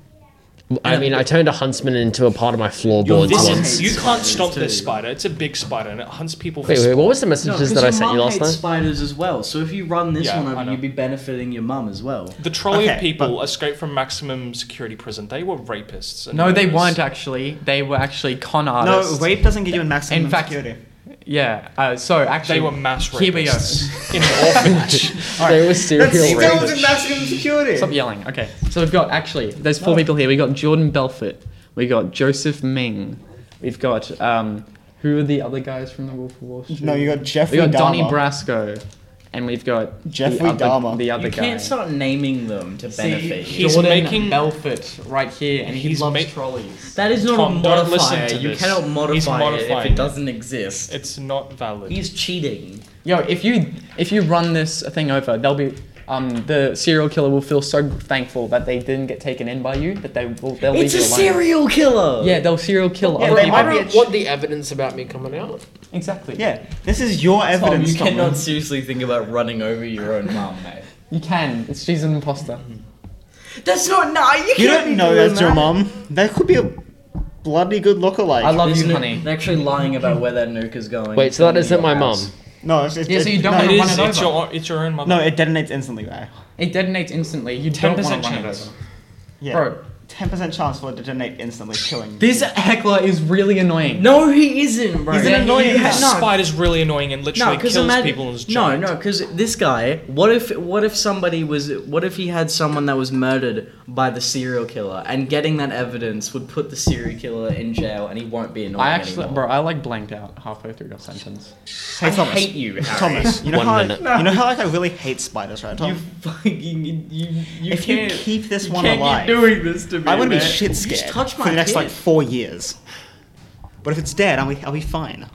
[SPEAKER 3] I mean, I turned a huntsman into a part of my floorboards
[SPEAKER 4] This
[SPEAKER 3] once.
[SPEAKER 4] is, you can't
[SPEAKER 1] spiders
[SPEAKER 4] stop
[SPEAKER 1] too.
[SPEAKER 4] this spider. It's a big spider and it hunts people for
[SPEAKER 3] Wait, wait,
[SPEAKER 4] sport.
[SPEAKER 3] what was the
[SPEAKER 1] No,
[SPEAKER 3] messages
[SPEAKER 1] 'cause
[SPEAKER 3] that I
[SPEAKER 1] your
[SPEAKER 3] sent you
[SPEAKER 1] mum
[SPEAKER 3] last
[SPEAKER 1] hates
[SPEAKER 3] night?
[SPEAKER 1] spiders as well. So if you run this
[SPEAKER 4] Yeah,
[SPEAKER 1] one
[SPEAKER 4] I
[SPEAKER 1] over,
[SPEAKER 4] know.
[SPEAKER 1] you'd be benefiting your mum as well.
[SPEAKER 4] The trolley
[SPEAKER 5] Okay,
[SPEAKER 4] of people escaped from maximum security prison. They were rapists. and
[SPEAKER 2] no, they
[SPEAKER 4] murderers.
[SPEAKER 2] weren't actually. They were actually con
[SPEAKER 5] No,
[SPEAKER 2] artists.
[SPEAKER 5] rape doesn't get you in maximum
[SPEAKER 2] In fact-
[SPEAKER 5] security.
[SPEAKER 2] Yeah. Uh, so actually,
[SPEAKER 4] They were mass
[SPEAKER 2] Here we go.
[SPEAKER 4] rapists in an orphanage.
[SPEAKER 8] They were serial rapists.
[SPEAKER 5] maximum security.
[SPEAKER 2] Stop yelling. Okay. So we've got actually there's four people here. We got Jordan Belfort. We got Joseph Ming. We've got um, who are the other guys from the Wolf of Wall Street?
[SPEAKER 5] No, you got Jeffrey.
[SPEAKER 2] we got Donnie
[SPEAKER 5] Dahmer.
[SPEAKER 2] Brasco, and we've got the
[SPEAKER 5] Jeffrey
[SPEAKER 2] other-
[SPEAKER 5] Dahmer.
[SPEAKER 2] The other
[SPEAKER 1] You
[SPEAKER 2] guy.
[SPEAKER 1] can't start naming them to benefit you.
[SPEAKER 4] He's
[SPEAKER 2] Jordan
[SPEAKER 4] making-
[SPEAKER 2] Belfort right here, and he
[SPEAKER 4] He's
[SPEAKER 2] loves
[SPEAKER 4] make-
[SPEAKER 2] trolleys.
[SPEAKER 1] That is not
[SPEAKER 4] Tom,
[SPEAKER 1] a
[SPEAKER 4] don't
[SPEAKER 1] modifier.
[SPEAKER 4] listen to
[SPEAKER 1] you
[SPEAKER 4] this.
[SPEAKER 1] cannot
[SPEAKER 4] He's
[SPEAKER 1] modify it if
[SPEAKER 4] modifying
[SPEAKER 1] it
[SPEAKER 4] it.
[SPEAKER 1] doesn't exist.
[SPEAKER 4] It's not valid.
[SPEAKER 1] He's cheating.
[SPEAKER 2] Yo, if you if you run this thing over, they'll be um, the serial killer will feel so thankful that they didn't get taken in by you that they will they'll
[SPEAKER 1] It's a
[SPEAKER 2] leave you alone.
[SPEAKER 1] serial killer.
[SPEAKER 2] Yeah, they'll serial kill
[SPEAKER 8] Yeah,
[SPEAKER 2] other
[SPEAKER 8] they
[SPEAKER 2] people.
[SPEAKER 8] might not want the evidence about me coming out.
[SPEAKER 2] Exactly.
[SPEAKER 5] Yeah, this is your
[SPEAKER 1] Tom,
[SPEAKER 5] evidence.
[SPEAKER 1] you
[SPEAKER 5] Tom.
[SPEAKER 1] cannot seriously think about running over your own mom, mate.
[SPEAKER 2] You can. It's, she's an imposter.
[SPEAKER 1] That's not nah. You,
[SPEAKER 5] You
[SPEAKER 1] can't be
[SPEAKER 5] don't know
[SPEAKER 1] doing
[SPEAKER 5] that's your
[SPEAKER 1] that.
[SPEAKER 5] mom. That could be a bloody good lookalike.
[SPEAKER 2] I love
[SPEAKER 1] There's
[SPEAKER 2] you,
[SPEAKER 1] no-
[SPEAKER 2] honey.
[SPEAKER 1] They're actually lying about where that nuke is going.
[SPEAKER 8] Wait,
[SPEAKER 1] It's
[SPEAKER 8] so that
[SPEAKER 1] going to
[SPEAKER 8] isn't
[SPEAKER 1] your
[SPEAKER 8] my mum.
[SPEAKER 1] house.
[SPEAKER 5] No, it's, it's,
[SPEAKER 2] Yeah, so you
[SPEAKER 5] it-
[SPEAKER 2] don't
[SPEAKER 5] no,
[SPEAKER 2] wanna
[SPEAKER 4] It
[SPEAKER 2] run
[SPEAKER 4] is.
[SPEAKER 2] it
[SPEAKER 4] It's
[SPEAKER 2] over.
[SPEAKER 4] your. It's your own mother.
[SPEAKER 5] No, it detonates instantly. Uh, Though.
[SPEAKER 2] It detonates instantly. You
[SPEAKER 4] Ten
[SPEAKER 2] don't want
[SPEAKER 4] percent
[SPEAKER 2] to run it
[SPEAKER 4] chance.
[SPEAKER 2] over.
[SPEAKER 5] Yeah.
[SPEAKER 2] Bro,
[SPEAKER 5] Ten percent chance for it to detonate instantly, killing.
[SPEAKER 2] this heckler is really annoying.
[SPEAKER 1] No, he isn't, bro.
[SPEAKER 5] He's an
[SPEAKER 1] Yeah,
[SPEAKER 5] annoying
[SPEAKER 1] he
[SPEAKER 5] guy.
[SPEAKER 1] has-
[SPEAKER 4] This
[SPEAKER 1] No,
[SPEAKER 4] spider's really annoying and literally
[SPEAKER 1] because
[SPEAKER 4] kills
[SPEAKER 1] imagine,
[SPEAKER 4] people in his
[SPEAKER 1] no,
[SPEAKER 4] job.
[SPEAKER 1] no, because this guy. What if? What if somebody was? What if he had someone that was murdered by the serial killer, and getting that evidence would put the serial killer in jail, and he won't be annoying
[SPEAKER 2] I actually,
[SPEAKER 1] anymore.
[SPEAKER 2] bro, I like blanked out halfway through your sentence.
[SPEAKER 5] Hey, Thomas.
[SPEAKER 1] hate you, Harry.
[SPEAKER 5] Thomas, you know
[SPEAKER 8] One
[SPEAKER 5] how
[SPEAKER 8] minute.
[SPEAKER 5] I, you know how like I really hate spiders, right, Tom?
[SPEAKER 1] You fucking you. you, you
[SPEAKER 5] if you
[SPEAKER 1] can't,
[SPEAKER 5] keep this
[SPEAKER 1] you
[SPEAKER 5] one
[SPEAKER 1] can't
[SPEAKER 5] alive,
[SPEAKER 1] keep doing this to me.
[SPEAKER 5] I'm gonna be
[SPEAKER 1] man.
[SPEAKER 5] shit
[SPEAKER 1] You just
[SPEAKER 5] scared
[SPEAKER 1] touch
[SPEAKER 5] for
[SPEAKER 1] my
[SPEAKER 5] the next
[SPEAKER 1] kid.
[SPEAKER 5] like four years. But if it's dead, I'll be I'll be fine.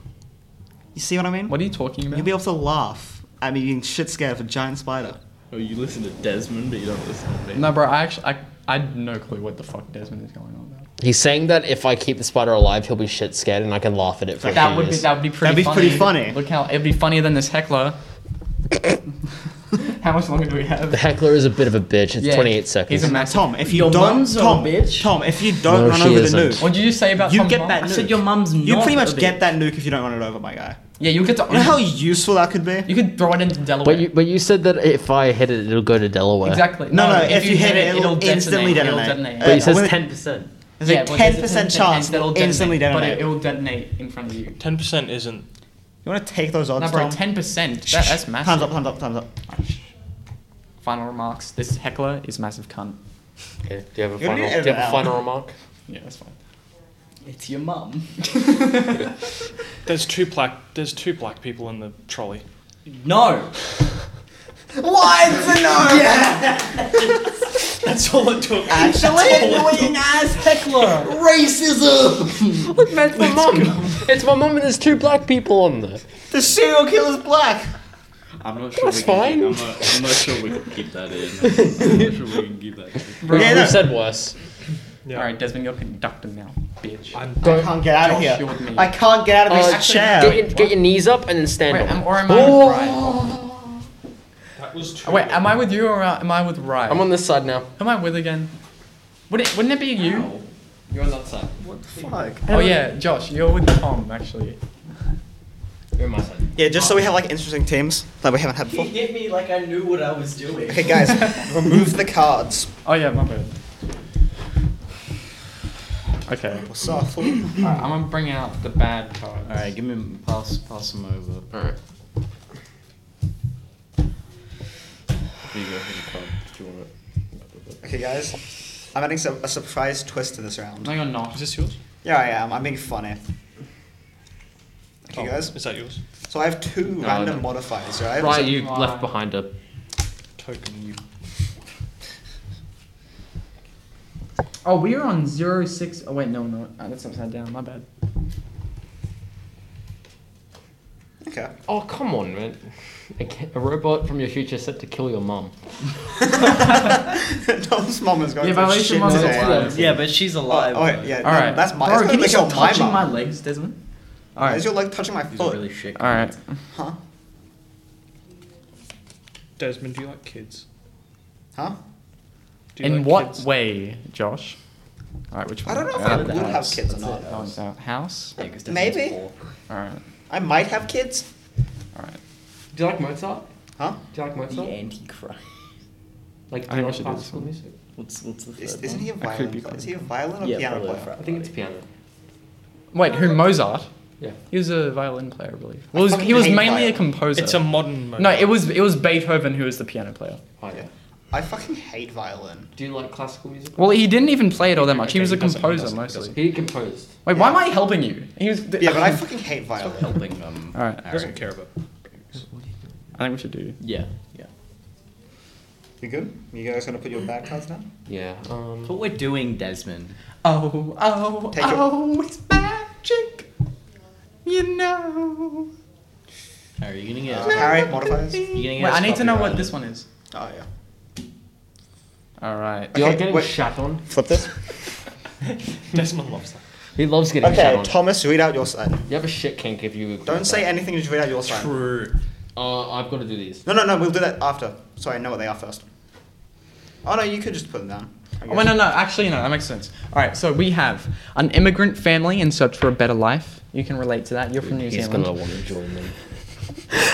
[SPEAKER 5] You see what I mean?
[SPEAKER 2] What are you talking about?
[SPEAKER 5] You'll be able to laugh at me being shit scared of a giant spider.
[SPEAKER 9] Oh, you listen to Desmond, but you don't listen to me.
[SPEAKER 2] no, bro, I actually, I, I had no clue what the fuck Desmond is going on about.
[SPEAKER 8] He's saying that if I keep the spider alive, he'll be shit scared and I can laugh at it for a
[SPEAKER 2] That
[SPEAKER 8] few
[SPEAKER 2] would be,
[SPEAKER 8] years.
[SPEAKER 2] that would be pretty.
[SPEAKER 5] That'd be
[SPEAKER 2] funny.
[SPEAKER 5] pretty funny.
[SPEAKER 2] Look how it'd be funnier than this heckler. how much longer do we have?
[SPEAKER 8] the heckler is a bit of a bitch. It's
[SPEAKER 2] Yeah,
[SPEAKER 8] 28 seconds.
[SPEAKER 2] He's a massive.
[SPEAKER 5] Tom, if you
[SPEAKER 1] Your
[SPEAKER 5] don't,
[SPEAKER 1] mum's not a
[SPEAKER 5] Tom,
[SPEAKER 1] bitch.
[SPEAKER 5] Tom, if you don't
[SPEAKER 8] No,
[SPEAKER 5] run
[SPEAKER 8] she
[SPEAKER 5] over
[SPEAKER 8] isn't.
[SPEAKER 5] the nuke,
[SPEAKER 2] What did you say about
[SPEAKER 5] You
[SPEAKER 2] Tom's
[SPEAKER 5] get
[SPEAKER 2] mom?
[SPEAKER 5] that
[SPEAKER 1] I
[SPEAKER 5] nuke.
[SPEAKER 1] said your mum's not.
[SPEAKER 5] you pretty much
[SPEAKER 1] a
[SPEAKER 5] get
[SPEAKER 1] bitch.
[SPEAKER 5] that nuke if you don't run it over, my guy.
[SPEAKER 2] Yeah, you get to.
[SPEAKER 5] You know how useful that could be?
[SPEAKER 2] you could throw it into Delaware.
[SPEAKER 8] But you, but you said that if I hit it, it'll go to Delaware.
[SPEAKER 2] Exactly.
[SPEAKER 5] No, no, if you hit it, it'll instantly detonate.
[SPEAKER 2] It'll
[SPEAKER 8] But
[SPEAKER 5] Uh,
[SPEAKER 8] he says
[SPEAKER 5] when it-
[SPEAKER 8] 10%.
[SPEAKER 5] There's a
[SPEAKER 2] well,
[SPEAKER 5] ten
[SPEAKER 2] there's a
[SPEAKER 5] percent
[SPEAKER 2] 10%
[SPEAKER 5] chance
[SPEAKER 2] that'll
[SPEAKER 5] it'll instantly
[SPEAKER 2] But
[SPEAKER 5] detonate.
[SPEAKER 2] it, it will detonate in front of you.
[SPEAKER 4] Ten percent isn't.
[SPEAKER 5] you want to take those odds,
[SPEAKER 2] No, bro,
[SPEAKER 5] Tom?
[SPEAKER 2] ten percent. That, that's massive.
[SPEAKER 5] Times up, times up, times up.
[SPEAKER 2] Final remarks. This heckler is massive cunt.
[SPEAKER 8] Okay. Do you have a
[SPEAKER 5] You
[SPEAKER 8] final,
[SPEAKER 5] don't
[SPEAKER 8] do
[SPEAKER 5] need to
[SPEAKER 8] you
[SPEAKER 5] edit
[SPEAKER 8] have a
[SPEAKER 5] out.
[SPEAKER 8] final remark?
[SPEAKER 2] Yeah, that's fine.
[SPEAKER 1] It's your mum.
[SPEAKER 4] There's two black. There's two black people in the trolley.
[SPEAKER 1] No.
[SPEAKER 5] Why it's a no?
[SPEAKER 4] That's all it took.
[SPEAKER 5] Actually, racism.
[SPEAKER 8] Look, man, it's my mum. It's my mum and there's two black people on there.
[SPEAKER 5] The serial killer's black.
[SPEAKER 9] I'm not sure.
[SPEAKER 8] That's
[SPEAKER 9] we can
[SPEAKER 8] fine.
[SPEAKER 9] Keep, I'm, not, I'm not sure we can keep that in. I'm not sure we can keep that in.
[SPEAKER 2] Bro,
[SPEAKER 5] Yeah,
[SPEAKER 8] We've
[SPEAKER 5] no.
[SPEAKER 8] said worse.
[SPEAKER 4] Yeah.
[SPEAKER 2] All right, Desmond, you're conductor now, bitch.
[SPEAKER 4] I'm
[SPEAKER 5] I can't get out of
[SPEAKER 2] Josh,
[SPEAKER 5] here.
[SPEAKER 2] you're with me.
[SPEAKER 5] I can't get out of this
[SPEAKER 8] Uh,
[SPEAKER 5] chair.
[SPEAKER 8] Get your, get your knees up and then stand
[SPEAKER 2] Wait,
[SPEAKER 8] on
[SPEAKER 2] am,
[SPEAKER 8] it.
[SPEAKER 2] or am I with
[SPEAKER 5] Oh!
[SPEAKER 2] Ryan?
[SPEAKER 4] That was too.
[SPEAKER 2] Oh, Wait, am I with you or uh, am I with Ryan?
[SPEAKER 8] I'm on this side now.
[SPEAKER 2] Who am I with again? Would it, wouldn't it be you?
[SPEAKER 8] You're on that side.
[SPEAKER 5] Fuck.
[SPEAKER 2] Oh yeah, Josh, you're with Tom actually.
[SPEAKER 8] You're on my side.
[SPEAKER 5] Yeah, just so we have like interesting teams that we haven't had before.
[SPEAKER 1] hit me like I knew what I was doing.
[SPEAKER 5] Okay, guys, remove the cards.
[SPEAKER 2] Oh yeah, my bad. Okay.
[SPEAKER 5] What's up?
[SPEAKER 2] Alright, I'm gonna bring out the bad cards.
[SPEAKER 1] All right, give me pass pass them over.
[SPEAKER 8] Alright.
[SPEAKER 9] Here you go. here's a card. Do you want it?
[SPEAKER 5] Okay, guys, I'm adding some, a surprise twist to this round.
[SPEAKER 2] No, you're not.
[SPEAKER 4] Is this yours?
[SPEAKER 5] Yeah, I am. I'm being funny. Okay,
[SPEAKER 4] Oh,
[SPEAKER 5] guys.
[SPEAKER 4] Is that yours?
[SPEAKER 5] So I have two random
[SPEAKER 8] no.
[SPEAKER 5] modifiers, right?
[SPEAKER 8] Right,
[SPEAKER 5] So-
[SPEAKER 8] you
[SPEAKER 2] Why?
[SPEAKER 8] left behind her.
[SPEAKER 4] Token. You.
[SPEAKER 2] Oh, we are on zero six. Oh wait, no, no, uh, that's upside down. My bad.
[SPEAKER 5] Okay.
[SPEAKER 8] Oh, come on, man. A, ca- a robot from your future set to kill your mum.
[SPEAKER 5] Tom's mom is going
[SPEAKER 2] Yeah,
[SPEAKER 5] through
[SPEAKER 2] but at least your
[SPEAKER 5] shit
[SPEAKER 2] mum's
[SPEAKER 5] today.
[SPEAKER 2] alive.
[SPEAKER 1] Yeah, but she's
[SPEAKER 5] Oh,
[SPEAKER 1] alive.
[SPEAKER 5] oh, yeah.
[SPEAKER 2] All right.
[SPEAKER 5] That's my.
[SPEAKER 2] Bro,
[SPEAKER 5] that's
[SPEAKER 2] can you
[SPEAKER 5] gonna
[SPEAKER 2] stop
[SPEAKER 5] kill my
[SPEAKER 2] touching my
[SPEAKER 5] mum.
[SPEAKER 2] legs, Desmond? All
[SPEAKER 5] Is
[SPEAKER 2] right.
[SPEAKER 5] your leg touching my
[SPEAKER 1] These are
[SPEAKER 5] foot?
[SPEAKER 1] really shit.
[SPEAKER 2] All right.
[SPEAKER 5] Huh?
[SPEAKER 4] Desmond, do you like kids?
[SPEAKER 5] Huh?
[SPEAKER 4] Do you
[SPEAKER 2] In
[SPEAKER 4] like
[SPEAKER 2] what
[SPEAKER 4] kids?
[SPEAKER 2] way, Josh? All right, which
[SPEAKER 5] I
[SPEAKER 2] one?
[SPEAKER 5] don't know if
[SPEAKER 2] Uh,
[SPEAKER 5] I would have kids or not.
[SPEAKER 2] Oh, it's, uh, house.
[SPEAKER 1] Yeah, 'cause that's
[SPEAKER 5] Maybe.
[SPEAKER 1] four.
[SPEAKER 2] All right.
[SPEAKER 5] I might have kids.
[SPEAKER 2] All right.
[SPEAKER 8] Do you like Mozart?
[SPEAKER 5] Huh?
[SPEAKER 8] Do you like
[SPEAKER 1] The
[SPEAKER 8] Mozart?
[SPEAKER 1] Antichrist.
[SPEAKER 8] Like, do
[SPEAKER 2] I
[SPEAKER 8] you
[SPEAKER 2] think I
[SPEAKER 8] like
[SPEAKER 2] should do this
[SPEAKER 8] classical
[SPEAKER 2] one.
[SPEAKER 8] music?
[SPEAKER 1] What's what's the third
[SPEAKER 5] Is,
[SPEAKER 1] one?
[SPEAKER 5] isn't he a
[SPEAKER 2] I could
[SPEAKER 5] violin
[SPEAKER 2] be
[SPEAKER 5] player? Is he a violin or
[SPEAKER 1] yeah,
[SPEAKER 5] piano
[SPEAKER 1] probably
[SPEAKER 5] player?
[SPEAKER 8] I think it's piano.
[SPEAKER 2] Wait, who Mozart?
[SPEAKER 3] Yeah.
[SPEAKER 2] He was a violin player, I believe. Well, he was, he was
[SPEAKER 9] hate
[SPEAKER 2] mainly a
[SPEAKER 9] violin.
[SPEAKER 2] composer.
[SPEAKER 4] It's a modern.
[SPEAKER 2] no, it was it was Beethoven who was the piano player.
[SPEAKER 9] Oh, yeah.
[SPEAKER 5] I fucking hate violin.
[SPEAKER 3] Do you like classical music?
[SPEAKER 2] Well, he didn't even play it all that much. He
[SPEAKER 4] Okay,
[SPEAKER 2] was a
[SPEAKER 4] he doesn't- he
[SPEAKER 2] composer
[SPEAKER 4] doesn't- he
[SPEAKER 2] mostly.
[SPEAKER 3] He composed.
[SPEAKER 2] Wait, why am I helping you? He was.
[SPEAKER 5] Yeah, but I fucking hate violin.
[SPEAKER 1] helping them.
[SPEAKER 2] All right.
[SPEAKER 4] Doesn't care about.
[SPEAKER 2] I think we should do.
[SPEAKER 1] Yeah, yeah.
[SPEAKER 5] You good? You guys gonna put your bad cards down?
[SPEAKER 3] Yeah. um,
[SPEAKER 1] That's what we're doing, Desmond.
[SPEAKER 2] Oh, oh,
[SPEAKER 5] Take it.
[SPEAKER 2] oh! It's magic, you know.
[SPEAKER 1] Are you gonna get?
[SPEAKER 5] Uh, Harry modifiers.
[SPEAKER 1] you gonna get?
[SPEAKER 2] Wait,
[SPEAKER 1] us
[SPEAKER 2] I need to know what
[SPEAKER 1] copyrighted?
[SPEAKER 2] this one is.
[SPEAKER 5] Oh yeah.
[SPEAKER 2] All right.
[SPEAKER 3] You're
[SPEAKER 5] Okay,
[SPEAKER 3] getting
[SPEAKER 5] wait.
[SPEAKER 3] shat on.
[SPEAKER 5] Flip this.
[SPEAKER 4] Desmond loves that.
[SPEAKER 3] He loves getting shat
[SPEAKER 5] Okay,
[SPEAKER 3] on.
[SPEAKER 5] Thomas, read out your side.
[SPEAKER 3] you have a shit kink if you. agree
[SPEAKER 5] Don't
[SPEAKER 3] with
[SPEAKER 5] say
[SPEAKER 3] that.
[SPEAKER 5] anything. Just read out your side.
[SPEAKER 1] True.
[SPEAKER 3] Uh, I've got to do these.
[SPEAKER 5] No, no, no. We'll do that after. So I know what they are first. Oh no, you could just put them down. I
[SPEAKER 2] Oh, wait,
[SPEAKER 5] guess.
[SPEAKER 2] no, no. Actually, no. That makes sense. All right. So we have an immigrant family in search for a better life. You can relate to that. You're from New
[SPEAKER 8] He's
[SPEAKER 2] Zealand.
[SPEAKER 8] gonna want to join them.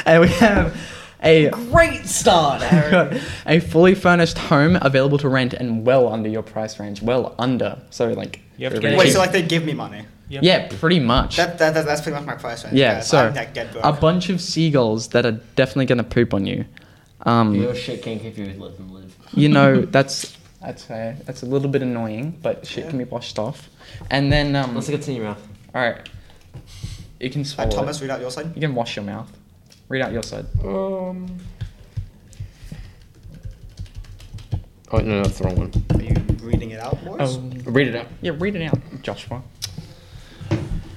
[SPEAKER 2] And we have a
[SPEAKER 1] Great start, Harry.
[SPEAKER 2] a fully furnished home available to rent and well under your price range. Well under. So like.
[SPEAKER 4] You have to
[SPEAKER 2] very
[SPEAKER 4] get it.
[SPEAKER 2] cheap.
[SPEAKER 5] Wait, so like they give me money.
[SPEAKER 4] Yep.
[SPEAKER 2] Yeah, pretty much.
[SPEAKER 5] That, that, that that's pretty much my price range.
[SPEAKER 2] yeah,
[SPEAKER 5] guys.
[SPEAKER 2] so
[SPEAKER 5] I'm that get broke.
[SPEAKER 2] a bunch of seagulls that are definitely gonna poop on you.
[SPEAKER 3] You're
[SPEAKER 2] Um,
[SPEAKER 3] a shit kink if you let them live.
[SPEAKER 2] you know that's that's a, that's a little bit annoying, but shit can be washed off. And then um,
[SPEAKER 3] Let's
[SPEAKER 2] all
[SPEAKER 3] get it in your mouth.
[SPEAKER 2] right, you can swallow.
[SPEAKER 5] Uh,
[SPEAKER 2] it.
[SPEAKER 5] Thomas, read out your side.
[SPEAKER 2] You can wash your mouth. Read out your side.
[SPEAKER 3] Um.
[SPEAKER 8] Oh no, that's the wrong one.
[SPEAKER 5] Are you reading it out, boys?
[SPEAKER 8] Read it out.
[SPEAKER 2] yeah, read it out, Joshua.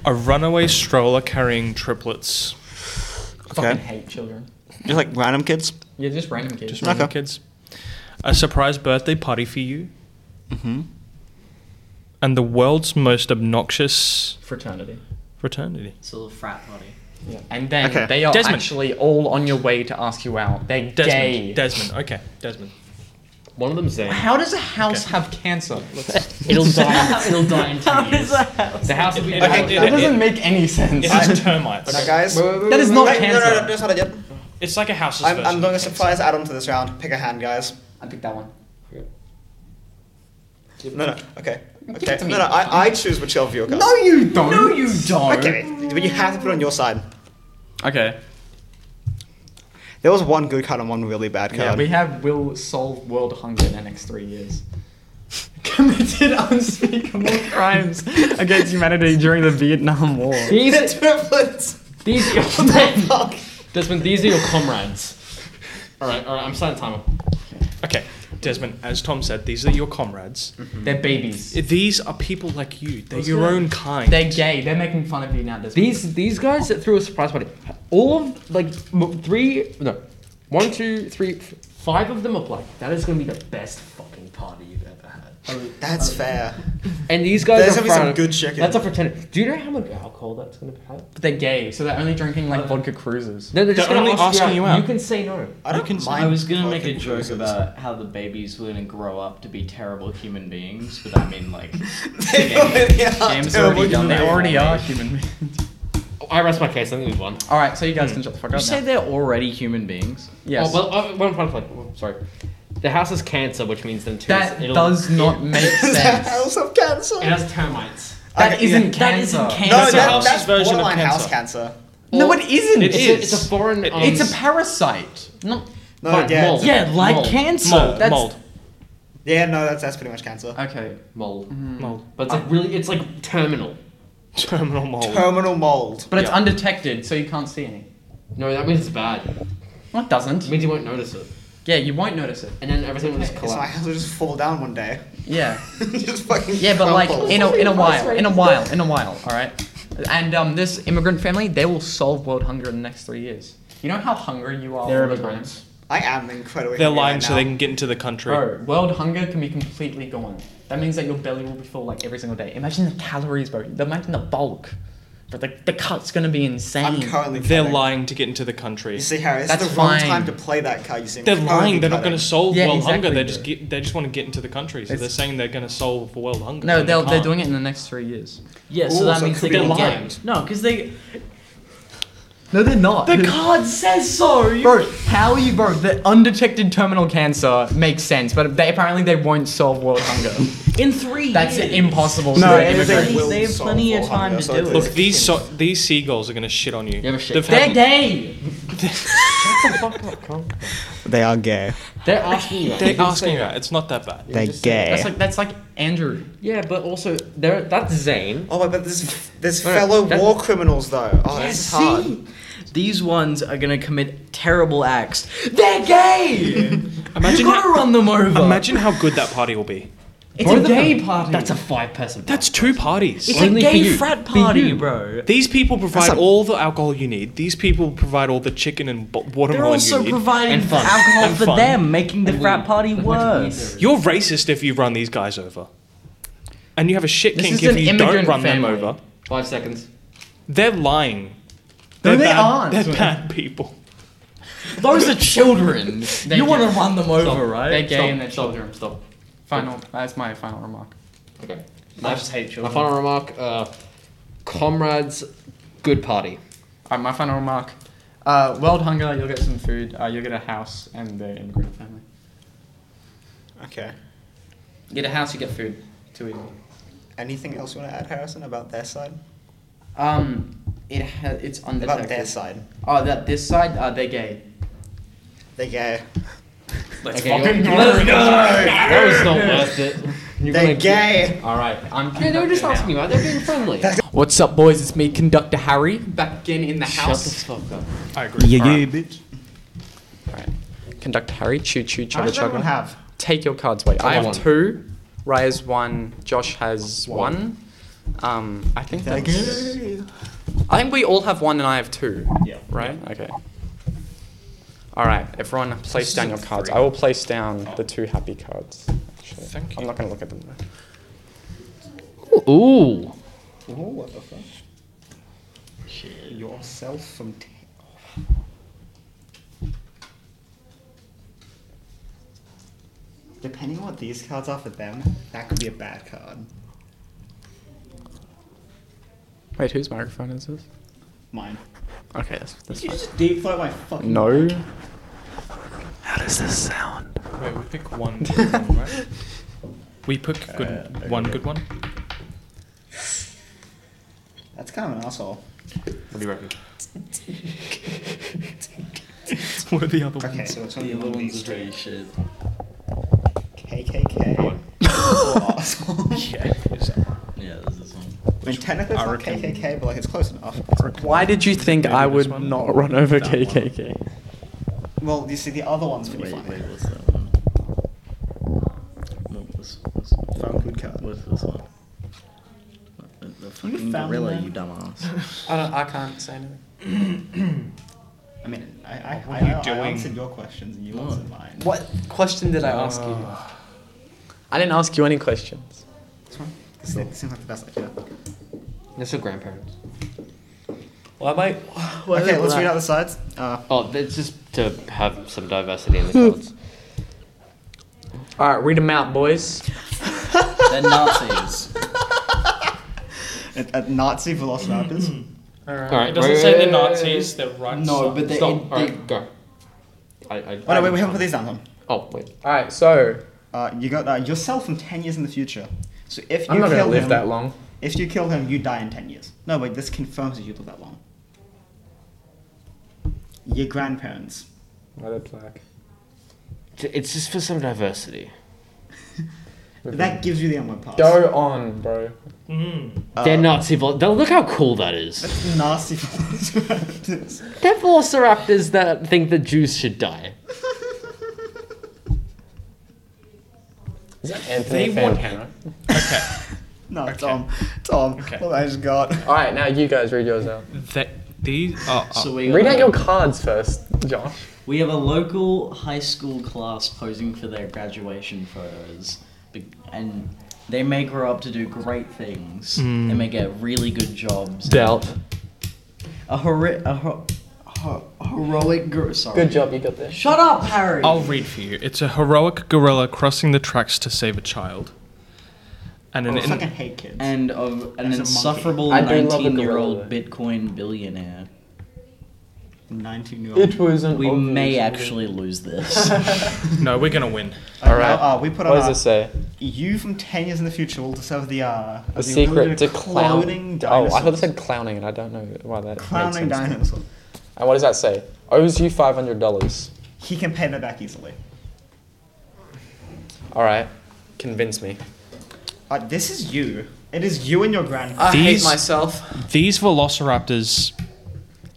[SPEAKER 4] A runaway stroller carrying triplets.
[SPEAKER 2] I fucking hate children.
[SPEAKER 5] Just like random kids.
[SPEAKER 2] Yeah, just random kids.
[SPEAKER 4] Just random
[SPEAKER 5] Okay.
[SPEAKER 4] kids. A surprise birthday party for you.
[SPEAKER 5] Mm-hmm.
[SPEAKER 4] And the world's most obnoxious
[SPEAKER 2] Fraternity.
[SPEAKER 4] fraternity.
[SPEAKER 1] It's a little frat party.
[SPEAKER 2] Yeah. And then
[SPEAKER 5] Okay.
[SPEAKER 2] they are
[SPEAKER 4] Desmond.
[SPEAKER 2] actually all on your way to ask you out. They're
[SPEAKER 4] Desmond.
[SPEAKER 2] gay.
[SPEAKER 4] Desmond. Okay. Desmond.
[SPEAKER 3] One of them's Zen.
[SPEAKER 2] How does a house have cancer?
[SPEAKER 3] It'll die. It'll die in two years. The house will be.
[SPEAKER 4] Okay,
[SPEAKER 3] Okay,
[SPEAKER 4] dude.
[SPEAKER 2] that
[SPEAKER 4] It-
[SPEAKER 2] doesn't make any sense.
[SPEAKER 4] It has termites.
[SPEAKER 5] Now, guys.
[SPEAKER 2] That is not
[SPEAKER 5] Wait, no, no, no,
[SPEAKER 2] cancer.
[SPEAKER 5] that's not it yet.
[SPEAKER 4] It's like a house's
[SPEAKER 5] I'm,
[SPEAKER 4] version.
[SPEAKER 5] I'm doing a surprise add-on to this round. Pick a hand, guys.
[SPEAKER 2] I picked that one.
[SPEAKER 5] No, no. Okay.
[SPEAKER 2] Give
[SPEAKER 5] Okay.
[SPEAKER 2] it to
[SPEAKER 5] No,
[SPEAKER 2] me.
[SPEAKER 5] no. I, I choose which of your cards.
[SPEAKER 2] you don't.
[SPEAKER 1] No, you don't.
[SPEAKER 5] Okay, but you have to put it on your side.
[SPEAKER 2] Okay.
[SPEAKER 5] There was one good card and one really bad card.
[SPEAKER 2] Yeah, we have will solve world hunger in the next three years. Committed unspeakable crimes against humanity during the Vietnam War.
[SPEAKER 3] These,
[SPEAKER 5] triplets.
[SPEAKER 3] these,
[SPEAKER 5] Fuck.
[SPEAKER 3] Desmond, these are your comrades. All right, all right. I'm starting timer.
[SPEAKER 4] Okay, Desmond, as Tom said, these are your comrades.
[SPEAKER 2] They're babies.
[SPEAKER 4] These are people like you. They're your own kind.
[SPEAKER 2] They're gay. They're making fun of you now. This
[SPEAKER 3] These these guys that threw a surprise party, all of like m- three no, one two three f- five of them are black. That is gonna be the best fucking party you've ever had.
[SPEAKER 5] That's fair.
[SPEAKER 3] And these guys
[SPEAKER 5] There's
[SPEAKER 3] are
[SPEAKER 5] gonna be some
[SPEAKER 3] frat-
[SPEAKER 5] good chicken.
[SPEAKER 3] That's a fraternity. Do you know how much alcohol that's gonna have?
[SPEAKER 2] but they're gay, so they're only drinking like vodka cruises.
[SPEAKER 3] No, they're just
[SPEAKER 4] They're
[SPEAKER 3] gonna
[SPEAKER 4] only
[SPEAKER 3] ask
[SPEAKER 4] asking
[SPEAKER 3] you
[SPEAKER 4] you
[SPEAKER 3] out.
[SPEAKER 4] out.
[SPEAKER 3] You Uh, can say no.
[SPEAKER 5] I don't
[SPEAKER 4] can-
[SPEAKER 5] mind.
[SPEAKER 1] I was gonna make
[SPEAKER 5] fucking
[SPEAKER 1] a joke
[SPEAKER 5] bruises.
[SPEAKER 1] about how the babies were gonna grow up to be terrible human beings, but I mean like
[SPEAKER 5] They already are
[SPEAKER 1] James
[SPEAKER 5] terrible.
[SPEAKER 1] already done
[SPEAKER 2] They
[SPEAKER 1] that.
[SPEAKER 2] already are human beings.
[SPEAKER 3] Oh, I rest my case. I think we've won.
[SPEAKER 2] All right, so you guys can shut the fuck
[SPEAKER 1] You
[SPEAKER 2] up.
[SPEAKER 1] say
[SPEAKER 2] now.
[SPEAKER 1] they're already human beings?
[SPEAKER 2] Yes.
[SPEAKER 3] Hmm. Oh, well, uh, one fun fact. oh, sorry. The house is cancer, which means then two.
[SPEAKER 2] that does not make
[SPEAKER 5] That
[SPEAKER 2] sense.
[SPEAKER 5] house of cancer.
[SPEAKER 3] It has termites.
[SPEAKER 2] That
[SPEAKER 5] Okay,
[SPEAKER 2] isn't
[SPEAKER 5] yeah.
[SPEAKER 1] That
[SPEAKER 2] cancer.
[SPEAKER 1] isn't cancer.
[SPEAKER 5] No,
[SPEAKER 4] That's a
[SPEAKER 5] that,
[SPEAKER 4] house's
[SPEAKER 5] that's
[SPEAKER 4] version of
[SPEAKER 5] borderline
[SPEAKER 4] cancer.
[SPEAKER 5] house cancer.
[SPEAKER 2] No, it isn't.
[SPEAKER 4] It
[SPEAKER 2] it's
[SPEAKER 4] is.
[SPEAKER 3] It's, a, it's a foreign. um,
[SPEAKER 2] A, it's a parasite. No.
[SPEAKER 5] No,
[SPEAKER 3] Fine,
[SPEAKER 5] yeah,
[SPEAKER 3] mold.
[SPEAKER 1] Yeah, like
[SPEAKER 3] Mold.
[SPEAKER 1] cancer.
[SPEAKER 4] mold.
[SPEAKER 1] That's-
[SPEAKER 4] mold.
[SPEAKER 5] yeah, no, that's that's pretty much cancer.
[SPEAKER 2] Okay.
[SPEAKER 3] mold.
[SPEAKER 4] Mold.
[SPEAKER 3] But it's like really, it's like terminal.
[SPEAKER 4] Terminal mold.
[SPEAKER 5] Terminal mold.
[SPEAKER 2] But it's undetected, so you can't see any.
[SPEAKER 3] No, that means it's bad. It
[SPEAKER 2] Well, it doesn't.
[SPEAKER 3] means you won't notice it,
[SPEAKER 2] Yeah, you won't notice it.
[SPEAKER 3] and then everything will just
[SPEAKER 5] It's my
[SPEAKER 3] collapse.
[SPEAKER 5] house will just fall down one day.
[SPEAKER 2] Yeah.
[SPEAKER 5] just fucking.
[SPEAKER 2] Yeah, but like
[SPEAKER 5] crumble.
[SPEAKER 2] in a in a while, in a while, in a while. All right. And um, this immigrant family, they will solve world hunger in the next three years. You know how hungry you are. all the time?
[SPEAKER 5] I am incredibly.
[SPEAKER 4] They're
[SPEAKER 5] hungry
[SPEAKER 4] lying
[SPEAKER 5] right
[SPEAKER 4] so
[SPEAKER 5] now.
[SPEAKER 4] they can get into the country.
[SPEAKER 2] Bro, world hunger can be completely gone. That means that your belly will be full like every single day. Imagine the calories, bro. Imagine the bulk. But the, the cut's gonna be insane.
[SPEAKER 5] I'm currently.
[SPEAKER 4] They're
[SPEAKER 5] cutting.
[SPEAKER 4] lying to get into the country.
[SPEAKER 5] You see, Harry, it's
[SPEAKER 2] That's
[SPEAKER 5] the wrong
[SPEAKER 2] fine.
[SPEAKER 5] time to play that card. You see, I'm
[SPEAKER 4] They're
[SPEAKER 5] currently
[SPEAKER 4] lying. They're not going
[SPEAKER 5] cutting.
[SPEAKER 4] to solve
[SPEAKER 2] Yeah,
[SPEAKER 4] world
[SPEAKER 2] exactly,
[SPEAKER 4] hunger. They
[SPEAKER 2] bro.
[SPEAKER 4] just get, they just want to get into the country. So
[SPEAKER 2] It's-
[SPEAKER 4] they're saying they're going to solve world hunger.
[SPEAKER 2] No,
[SPEAKER 4] and
[SPEAKER 2] they'll, they're
[SPEAKER 4] can't.
[SPEAKER 2] doing it in the next three years.
[SPEAKER 1] Yeah,
[SPEAKER 5] Ooh,
[SPEAKER 1] so that
[SPEAKER 5] so it
[SPEAKER 1] means
[SPEAKER 5] could
[SPEAKER 1] they're
[SPEAKER 5] be
[SPEAKER 1] gonna
[SPEAKER 4] lying.
[SPEAKER 1] get no, because they
[SPEAKER 2] No, they're not.
[SPEAKER 1] The card says so. You-
[SPEAKER 2] Bro, how are you, bro? The undetected terminal cancer makes sense, but they apparently they won't solve world hunger.
[SPEAKER 1] in three.
[SPEAKER 2] That's
[SPEAKER 1] years.
[SPEAKER 2] impossible.
[SPEAKER 5] No,
[SPEAKER 2] to
[SPEAKER 5] it is
[SPEAKER 2] do.
[SPEAKER 5] a-
[SPEAKER 1] They-
[SPEAKER 9] will
[SPEAKER 1] They have
[SPEAKER 9] solve
[SPEAKER 1] plenty of
[SPEAKER 9] world hunger,
[SPEAKER 1] time to
[SPEAKER 9] so
[SPEAKER 1] do it.
[SPEAKER 9] it's
[SPEAKER 4] Look, these so- these seagulls are gonna shit on you.
[SPEAKER 3] have a shit
[SPEAKER 4] They've
[SPEAKER 3] day.
[SPEAKER 4] had-
[SPEAKER 1] They're gay.
[SPEAKER 5] They are gay.
[SPEAKER 3] They're asking you. that.
[SPEAKER 4] they're asking you out. It's not that bad.
[SPEAKER 5] They're
[SPEAKER 2] that's
[SPEAKER 5] gay.
[SPEAKER 2] like that's like Andrew.
[SPEAKER 3] Yeah, but also there. That's Zane.
[SPEAKER 5] Oh, but there's there's
[SPEAKER 3] No, no, fellow that- war
[SPEAKER 5] criminals though. Oh,
[SPEAKER 1] See, these ones are gonna commit terrible acts. They're gay.
[SPEAKER 4] Imagine
[SPEAKER 1] you gotta
[SPEAKER 4] how,
[SPEAKER 1] run them over.
[SPEAKER 4] imagine how good that party will be.
[SPEAKER 1] it's
[SPEAKER 2] Bro,
[SPEAKER 1] a
[SPEAKER 2] the-
[SPEAKER 1] gay party.
[SPEAKER 3] That's a five-person.
[SPEAKER 4] That's two parties.
[SPEAKER 1] it's a
[SPEAKER 3] only for
[SPEAKER 1] gay
[SPEAKER 3] you.
[SPEAKER 1] frat
[SPEAKER 3] For
[SPEAKER 1] party,
[SPEAKER 3] you.
[SPEAKER 1] bro.
[SPEAKER 4] These people provide
[SPEAKER 5] That's a-
[SPEAKER 4] all the alcohol you need. These people provide all the chicken and bo-
[SPEAKER 1] They're
[SPEAKER 4] watermelon
[SPEAKER 1] also
[SPEAKER 4] you need.
[SPEAKER 1] providing
[SPEAKER 3] And fun.
[SPEAKER 1] alcohol
[SPEAKER 4] And
[SPEAKER 1] for
[SPEAKER 4] fun.
[SPEAKER 1] them, making the frat party
[SPEAKER 3] That's much
[SPEAKER 1] worse.
[SPEAKER 3] easier.
[SPEAKER 4] You're racist if you run these guys over. And you have a shit
[SPEAKER 2] This
[SPEAKER 4] kink
[SPEAKER 2] is
[SPEAKER 4] if
[SPEAKER 2] an
[SPEAKER 4] you don't
[SPEAKER 2] immigrant
[SPEAKER 4] run
[SPEAKER 2] family.
[SPEAKER 4] them over.
[SPEAKER 3] Five seconds.
[SPEAKER 4] They're lying.
[SPEAKER 2] No,
[SPEAKER 4] They're
[SPEAKER 2] they
[SPEAKER 4] bad,
[SPEAKER 2] aren't.
[SPEAKER 4] They're bad people.
[SPEAKER 2] Those are children.
[SPEAKER 1] You want to run them over, right?
[SPEAKER 2] They're gay
[SPEAKER 3] Stop,
[SPEAKER 2] and they're
[SPEAKER 3] stop,
[SPEAKER 2] children.
[SPEAKER 3] Stop.
[SPEAKER 2] Final. That's my final remark.
[SPEAKER 3] Okay.
[SPEAKER 1] I just hate
[SPEAKER 3] My
[SPEAKER 1] children.
[SPEAKER 3] final remark. Uh, comrades, good party.
[SPEAKER 2] Alright, my final remark. Uh, world hunger. You'll get some food. Uh, you'll get a house and the immigrant family.
[SPEAKER 5] Okay.
[SPEAKER 2] You get a house. You get food. Too easy.
[SPEAKER 5] Anything else you want to add, Harrison, about their side?
[SPEAKER 2] Um, it ha- it's undetected.
[SPEAKER 5] side?
[SPEAKER 2] Oh, that this side. Uh, they're gay.
[SPEAKER 5] They're gay.
[SPEAKER 2] Let's
[SPEAKER 3] fucking go. That was not worth it. You're gonna get-
[SPEAKER 2] All right, I'm.
[SPEAKER 3] Yeah, they were
[SPEAKER 2] conducting
[SPEAKER 3] just
[SPEAKER 2] now.
[SPEAKER 3] asking you out. They're being friendly.
[SPEAKER 2] What's up, boys? It's me, Conductor Harry, back again in the
[SPEAKER 3] Shut the
[SPEAKER 2] house.
[SPEAKER 3] fuck up.
[SPEAKER 4] I agree.
[SPEAKER 5] bitch.
[SPEAKER 2] Conductor Harry, choo choo, chugga chugga.
[SPEAKER 5] have?
[SPEAKER 2] Take your cards away. I
[SPEAKER 3] got
[SPEAKER 2] have
[SPEAKER 3] one.
[SPEAKER 2] two. Raya's one. Josh has one. Um, I think that's. I think we all have one, and I have two. Yeah. Right. Okay. All right, everyone, place down your cards. I will place down the two happy cards. Actually,
[SPEAKER 4] Thank
[SPEAKER 2] I'm not gonna look at them. Though.
[SPEAKER 3] Ooh.
[SPEAKER 5] Oh, what the fuck? Yourself from. T- Depending on what these cards are for them, that could be a bad card.
[SPEAKER 2] Wait, whose microphone is this?
[SPEAKER 5] Mine.
[SPEAKER 2] Okay, that's, that's
[SPEAKER 5] You just deep throw my fucking.
[SPEAKER 2] no.
[SPEAKER 4] Wait, we pick one good one, right? Uh, We pick good one good one.
[SPEAKER 5] That's kind of an asshole.
[SPEAKER 9] What do you reckon?
[SPEAKER 4] What are the other
[SPEAKER 5] Okay,
[SPEAKER 4] ones?
[SPEAKER 5] so it's
[SPEAKER 1] The
[SPEAKER 5] only
[SPEAKER 1] other
[SPEAKER 5] one
[SPEAKER 1] ones
[SPEAKER 5] these
[SPEAKER 1] are pretty shit.
[SPEAKER 5] KKK. or asshole.
[SPEAKER 4] Yeah. is that-
[SPEAKER 1] Yeah, this is one.
[SPEAKER 5] I mean, technically it's
[SPEAKER 4] I
[SPEAKER 5] not
[SPEAKER 4] reckon-
[SPEAKER 5] KKK, but like it's close enough.
[SPEAKER 2] Why did you think I
[SPEAKER 4] this
[SPEAKER 2] would
[SPEAKER 4] one?
[SPEAKER 2] not run over
[SPEAKER 1] That
[SPEAKER 2] KKK?
[SPEAKER 5] Well, you see, the other one's pretty
[SPEAKER 1] Wait, wait,
[SPEAKER 5] funny.
[SPEAKER 1] what's that one? No, this, this.
[SPEAKER 5] Found good card.
[SPEAKER 1] What's this one? The, the fucking
[SPEAKER 5] found
[SPEAKER 1] gorilla,
[SPEAKER 5] them?
[SPEAKER 1] you dumbass.
[SPEAKER 2] I don't. I can't say anything.
[SPEAKER 5] I mean, I, I,
[SPEAKER 4] What
[SPEAKER 5] I,
[SPEAKER 4] are you
[SPEAKER 5] I,
[SPEAKER 4] doing?
[SPEAKER 5] answered your questions and you answered mine.
[SPEAKER 2] What question did I ask you? Uh. I didn't ask you any questions.
[SPEAKER 5] This one? This it seems like the best idea.
[SPEAKER 3] They're still grandparents.
[SPEAKER 2] Why am I?
[SPEAKER 5] okay, let's read out the sides. Uh,
[SPEAKER 8] Oh, it's just to have some diversity in the cards.
[SPEAKER 2] All right, read them out, boys.
[SPEAKER 1] They're Nazis.
[SPEAKER 5] at, at Nazi Velociraptors.
[SPEAKER 8] All right.
[SPEAKER 4] It doesn't
[SPEAKER 8] wait,
[SPEAKER 4] say
[SPEAKER 8] wait,
[SPEAKER 4] they're
[SPEAKER 8] wait, wait,
[SPEAKER 4] Nazis. They're right.
[SPEAKER 8] wait, wait. Stop.
[SPEAKER 2] in-
[SPEAKER 8] All right, go. I, I,
[SPEAKER 5] oh no, wait, we haven't put these down. Tom.
[SPEAKER 8] Oh wait.
[SPEAKER 2] All right, so
[SPEAKER 5] Uh, you got uh, yourself from ten years in the future. So if you
[SPEAKER 2] I'm not
[SPEAKER 5] kill
[SPEAKER 2] gonna live
[SPEAKER 5] him,
[SPEAKER 2] that long.
[SPEAKER 5] if you kill him, you die in ten years. No, wait, this confirms that you live that long. Your grandparents.
[SPEAKER 2] Red flag.
[SPEAKER 8] J- It's just for some diversity.
[SPEAKER 5] That gives you the onward pass.
[SPEAKER 2] Go on, bro.
[SPEAKER 4] Mm.
[SPEAKER 2] Um,
[SPEAKER 8] they're Nazi. Vol- they'll- look how cool that is.
[SPEAKER 5] Nazi Velociraptors.
[SPEAKER 8] They're Velociraptors that think that Jews should die.
[SPEAKER 2] Anthony
[SPEAKER 4] They want-
[SPEAKER 2] Fantano.
[SPEAKER 5] No, Tom. Tom.
[SPEAKER 4] Okay.
[SPEAKER 5] What I just got.
[SPEAKER 2] All right, now you guys read yours out.
[SPEAKER 4] That these. Oh, oh.
[SPEAKER 1] So we
[SPEAKER 2] Read out
[SPEAKER 1] got-
[SPEAKER 2] your cards first, Josh.
[SPEAKER 1] We have a local high school class posing for their graduation photos, be- and they may grow up to do great things. They may get really good jobs.
[SPEAKER 2] Doubt.
[SPEAKER 1] A, hero- a ho- ho- heroic girl. Sorry.
[SPEAKER 2] Good job, Oh, you got this.
[SPEAKER 1] Shut up, Harry.
[SPEAKER 4] I'll read for you. It's a heroic gorilla crossing the tracks to save a child. And an
[SPEAKER 5] I
[SPEAKER 4] in-
[SPEAKER 5] Oh, fucking hate kids.
[SPEAKER 1] And of an
[SPEAKER 5] As a monkey.
[SPEAKER 1] insufferable
[SPEAKER 2] I do love a gorilla,
[SPEAKER 1] nineteen-year-old
[SPEAKER 2] though.
[SPEAKER 1] Bitcoin billionaire.
[SPEAKER 5] 19 year old.
[SPEAKER 9] It was an
[SPEAKER 1] We
[SPEAKER 9] obvious
[SPEAKER 1] may
[SPEAKER 9] one.
[SPEAKER 1] actually lose this.
[SPEAKER 4] No, we're gonna win.
[SPEAKER 8] All right.
[SPEAKER 5] Uh, we
[SPEAKER 9] What
[SPEAKER 5] put on
[SPEAKER 9] does
[SPEAKER 5] our,
[SPEAKER 9] it say?
[SPEAKER 5] you from 10 years in the future will discover the, uh,
[SPEAKER 2] The secret
[SPEAKER 5] ability
[SPEAKER 2] to clown.
[SPEAKER 5] cloning
[SPEAKER 2] Oh,
[SPEAKER 5] dinosaurs.
[SPEAKER 2] I thought it said clowning, and I don't know why that. made
[SPEAKER 5] clowning
[SPEAKER 2] sense.
[SPEAKER 5] dinosaur.
[SPEAKER 2] And what does that say? Owes you five hundred dollars.
[SPEAKER 5] He can pay that back easily.
[SPEAKER 2] All right, convince me.
[SPEAKER 5] Uh, this is you. It is you and your grandfather.
[SPEAKER 2] I
[SPEAKER 4] These-
[SPEAKER 2] hate myself.
[SPEAKER 4] These velociraptors,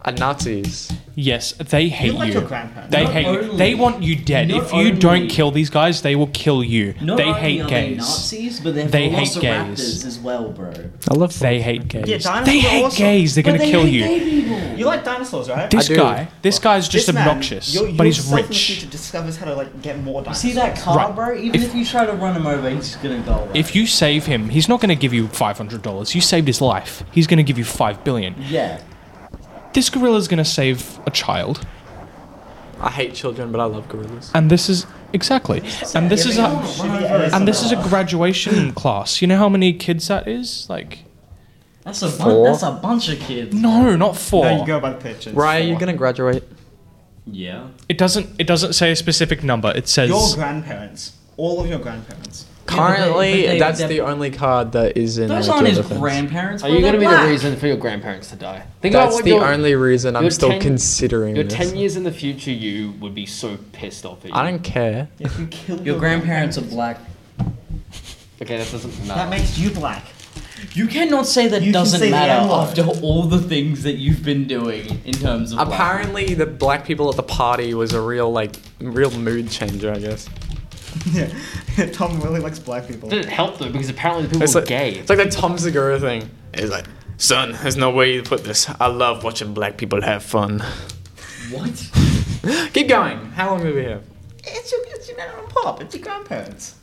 [SPEAKER 2] Are Nazis?
[SPEAKER 4] yes, they hate
[SPEAKER 5] like
[SPEAKER 4] you.
[SPEAKER 5] your grandparents.
[SPEAKER 4] They
[SPEAKER 3] Not
[SPEAKER 4] hate. you.
[SPEAKER 3] only-
[SPEAKER 4] They want you dead.
[SPEAKER 3] not
[SPEAKER 4] If you don't
[SPEAKER 3] only-
[SPEAKER 4] kill these guys, they will kill you.
[SPEAKER 1] Not
[SPEAKER 4] they
[SPEAKER 1] only
[SPEAKER 4] hate
[SPEAKER 1] are
[SPEAKER 4] gays.
[SPEAKER 1] They Nazis, but they're
[SPEAKER 4] They hate
[SPEAKER 1] velociraptors
[SPEAKER 4] gays.
[SPEAKER 1] as well, bro.
[SPEAKER 2] I love.
[SPEAKER 4] They hate gays.
[SPEAKER 5] dinosaurs
[SPEAKER 4] they
[SPEAKER 5] are
[SPEAKER 4] hate
[SPEAKER 5] awesome.
[SPEAKER 4] gays. They're gonna
[SPEAKER 1] But they
[SPEAKER 4] kill
[SPEAKER 1] hate
[SPEAKER 4] you.
[SPEAKER 1] gay people.
[SPEAKER 5] You like dinosaurs, right?
[SPEAKER 4] This
[SPEAKER 2] I do.
[SPEAKER 4] guy, this guy's just
[SPEAKER 5] This man,
[SPEAKER 4] obnoxious,
[SPEAKER 5] your-
[SPEAKER 4] but he's
[SPEAKER 5] yourself in the
[SPEAKER 4] rich.
[SPEAKER 5] future discovers how to like get more
[SPEAKER 1] You
[SPEAKER 5] dinosaurs.
[SPEAKER 1] see that car,
[SPEAKER 4] Right.
[SPEAKER 1] bro? Even
[SPEAKER 4] If-
[SPEAKER 1] if, you try to run him over, he's gonna go away.
[SPEAKER 4] If you save him, he's not going to give you five hundred dollars. You saved his life. He's going to give you five billion.
[SPEAKER 1] yeah.
[SPEAKER 4] This gorilla's going to save a child,
[SPEAKER 2] I hate children, but I love gorillas.
[SPEAKER 4] and this is exactly. And this is a and this is a graduation class. You know how many kids that is? Like
[SPEAKER 1] That's a bun-
[SPEAKER 2] Four.
[SPEAKER 1] that's a bunch of kids.
[SPEAKER 4] no, not four.
[SPEAKER 5] No, you go by the pictures.
[SPEAKER 2] Ryan, are you gonna graduate?
[SPEAKER 1] Yeah.
[SPEAKER 4] It doesn't. It doesn't say a specific number. It says
[SPEAKER 5] Your grandparents. All of your grandparents.
[SPEAKER 2] Currently,
[SPEAKER 1] but they-
[SPEAKER 2] that's
[SPEAKER 1] they're-
[SPEAKER 2] the only card that is in.
[SPEAKER 1] Those
[SPEAKER 2] the
[SPEAKER 1] aren't his
[SPEAKER 2] defense.
[SPEAKER 1] grandparents.
[SPEAKER 8] Are
[SPEAKER 1] bro,
[SPEAKER 8] you going to
[SPEAKER 1] they're
[SPEAKER 8] be the
[SPEAKER 1] black.
[SPEAKER 8] reason for your grandparents to die? Think about
[SPEAKER 2] That's
[SPEAKER 8] what
[SPEAKER 2] the
[SPEAKER 8] your-
[SPEAKER 2] only reason I'm
[SPEAKER 8] your
[SPEAKER 2] still
[SPEAKER 8] 10
[SPEAKER 2] considering
[SPEAKER 8] Your
[SPEAKER 2] this.
[SPEAKER 8] 10 years in the future, you would be so pissed off at you.
[SPEAKER 2] I don't care.
[SPEAKER 5] If you kill
[SPEAKER 1] Your grandparents are black.
[SPEAKER 8] Okay, that doesn't
[SPEAKER 5] that
[SPEAKER 8] matter.
[SPEAKER 5] makes you black.
[SPEAKER 1] You cannot say that
[SPEAKER 5] You can
[SPEAKER 1] doesn't
[SPEAKER 5] say the
[SPEAKER 1] matter
[SPEAKER 5] N-word.
[SPEAKER 1] after all the things that you've been doing in terms of. black.
[SPEAKER 2] Apparently, the black people at the party was a real like real mood changer. I guess.
[SPEAKER 5] Yeah. Tom really likes black people.
[SPEAKER 8] It didn't help though because apparently the people
[SPEAKER 2] It's
[SPEAKER 8] were
[SPEAKER 2] like,
[SPEAKER 8] gay.
[SPEAKER 2] It's like that Tom Segura thing. It's like, son, there's no way you put this. I love watching black people have fun.
[SPEAKER 1] What?
[SPEAKER 2] Keep going. How long do we have?
[SPEAKER 5] It's your, it's your nana and pop. It's your grandparents.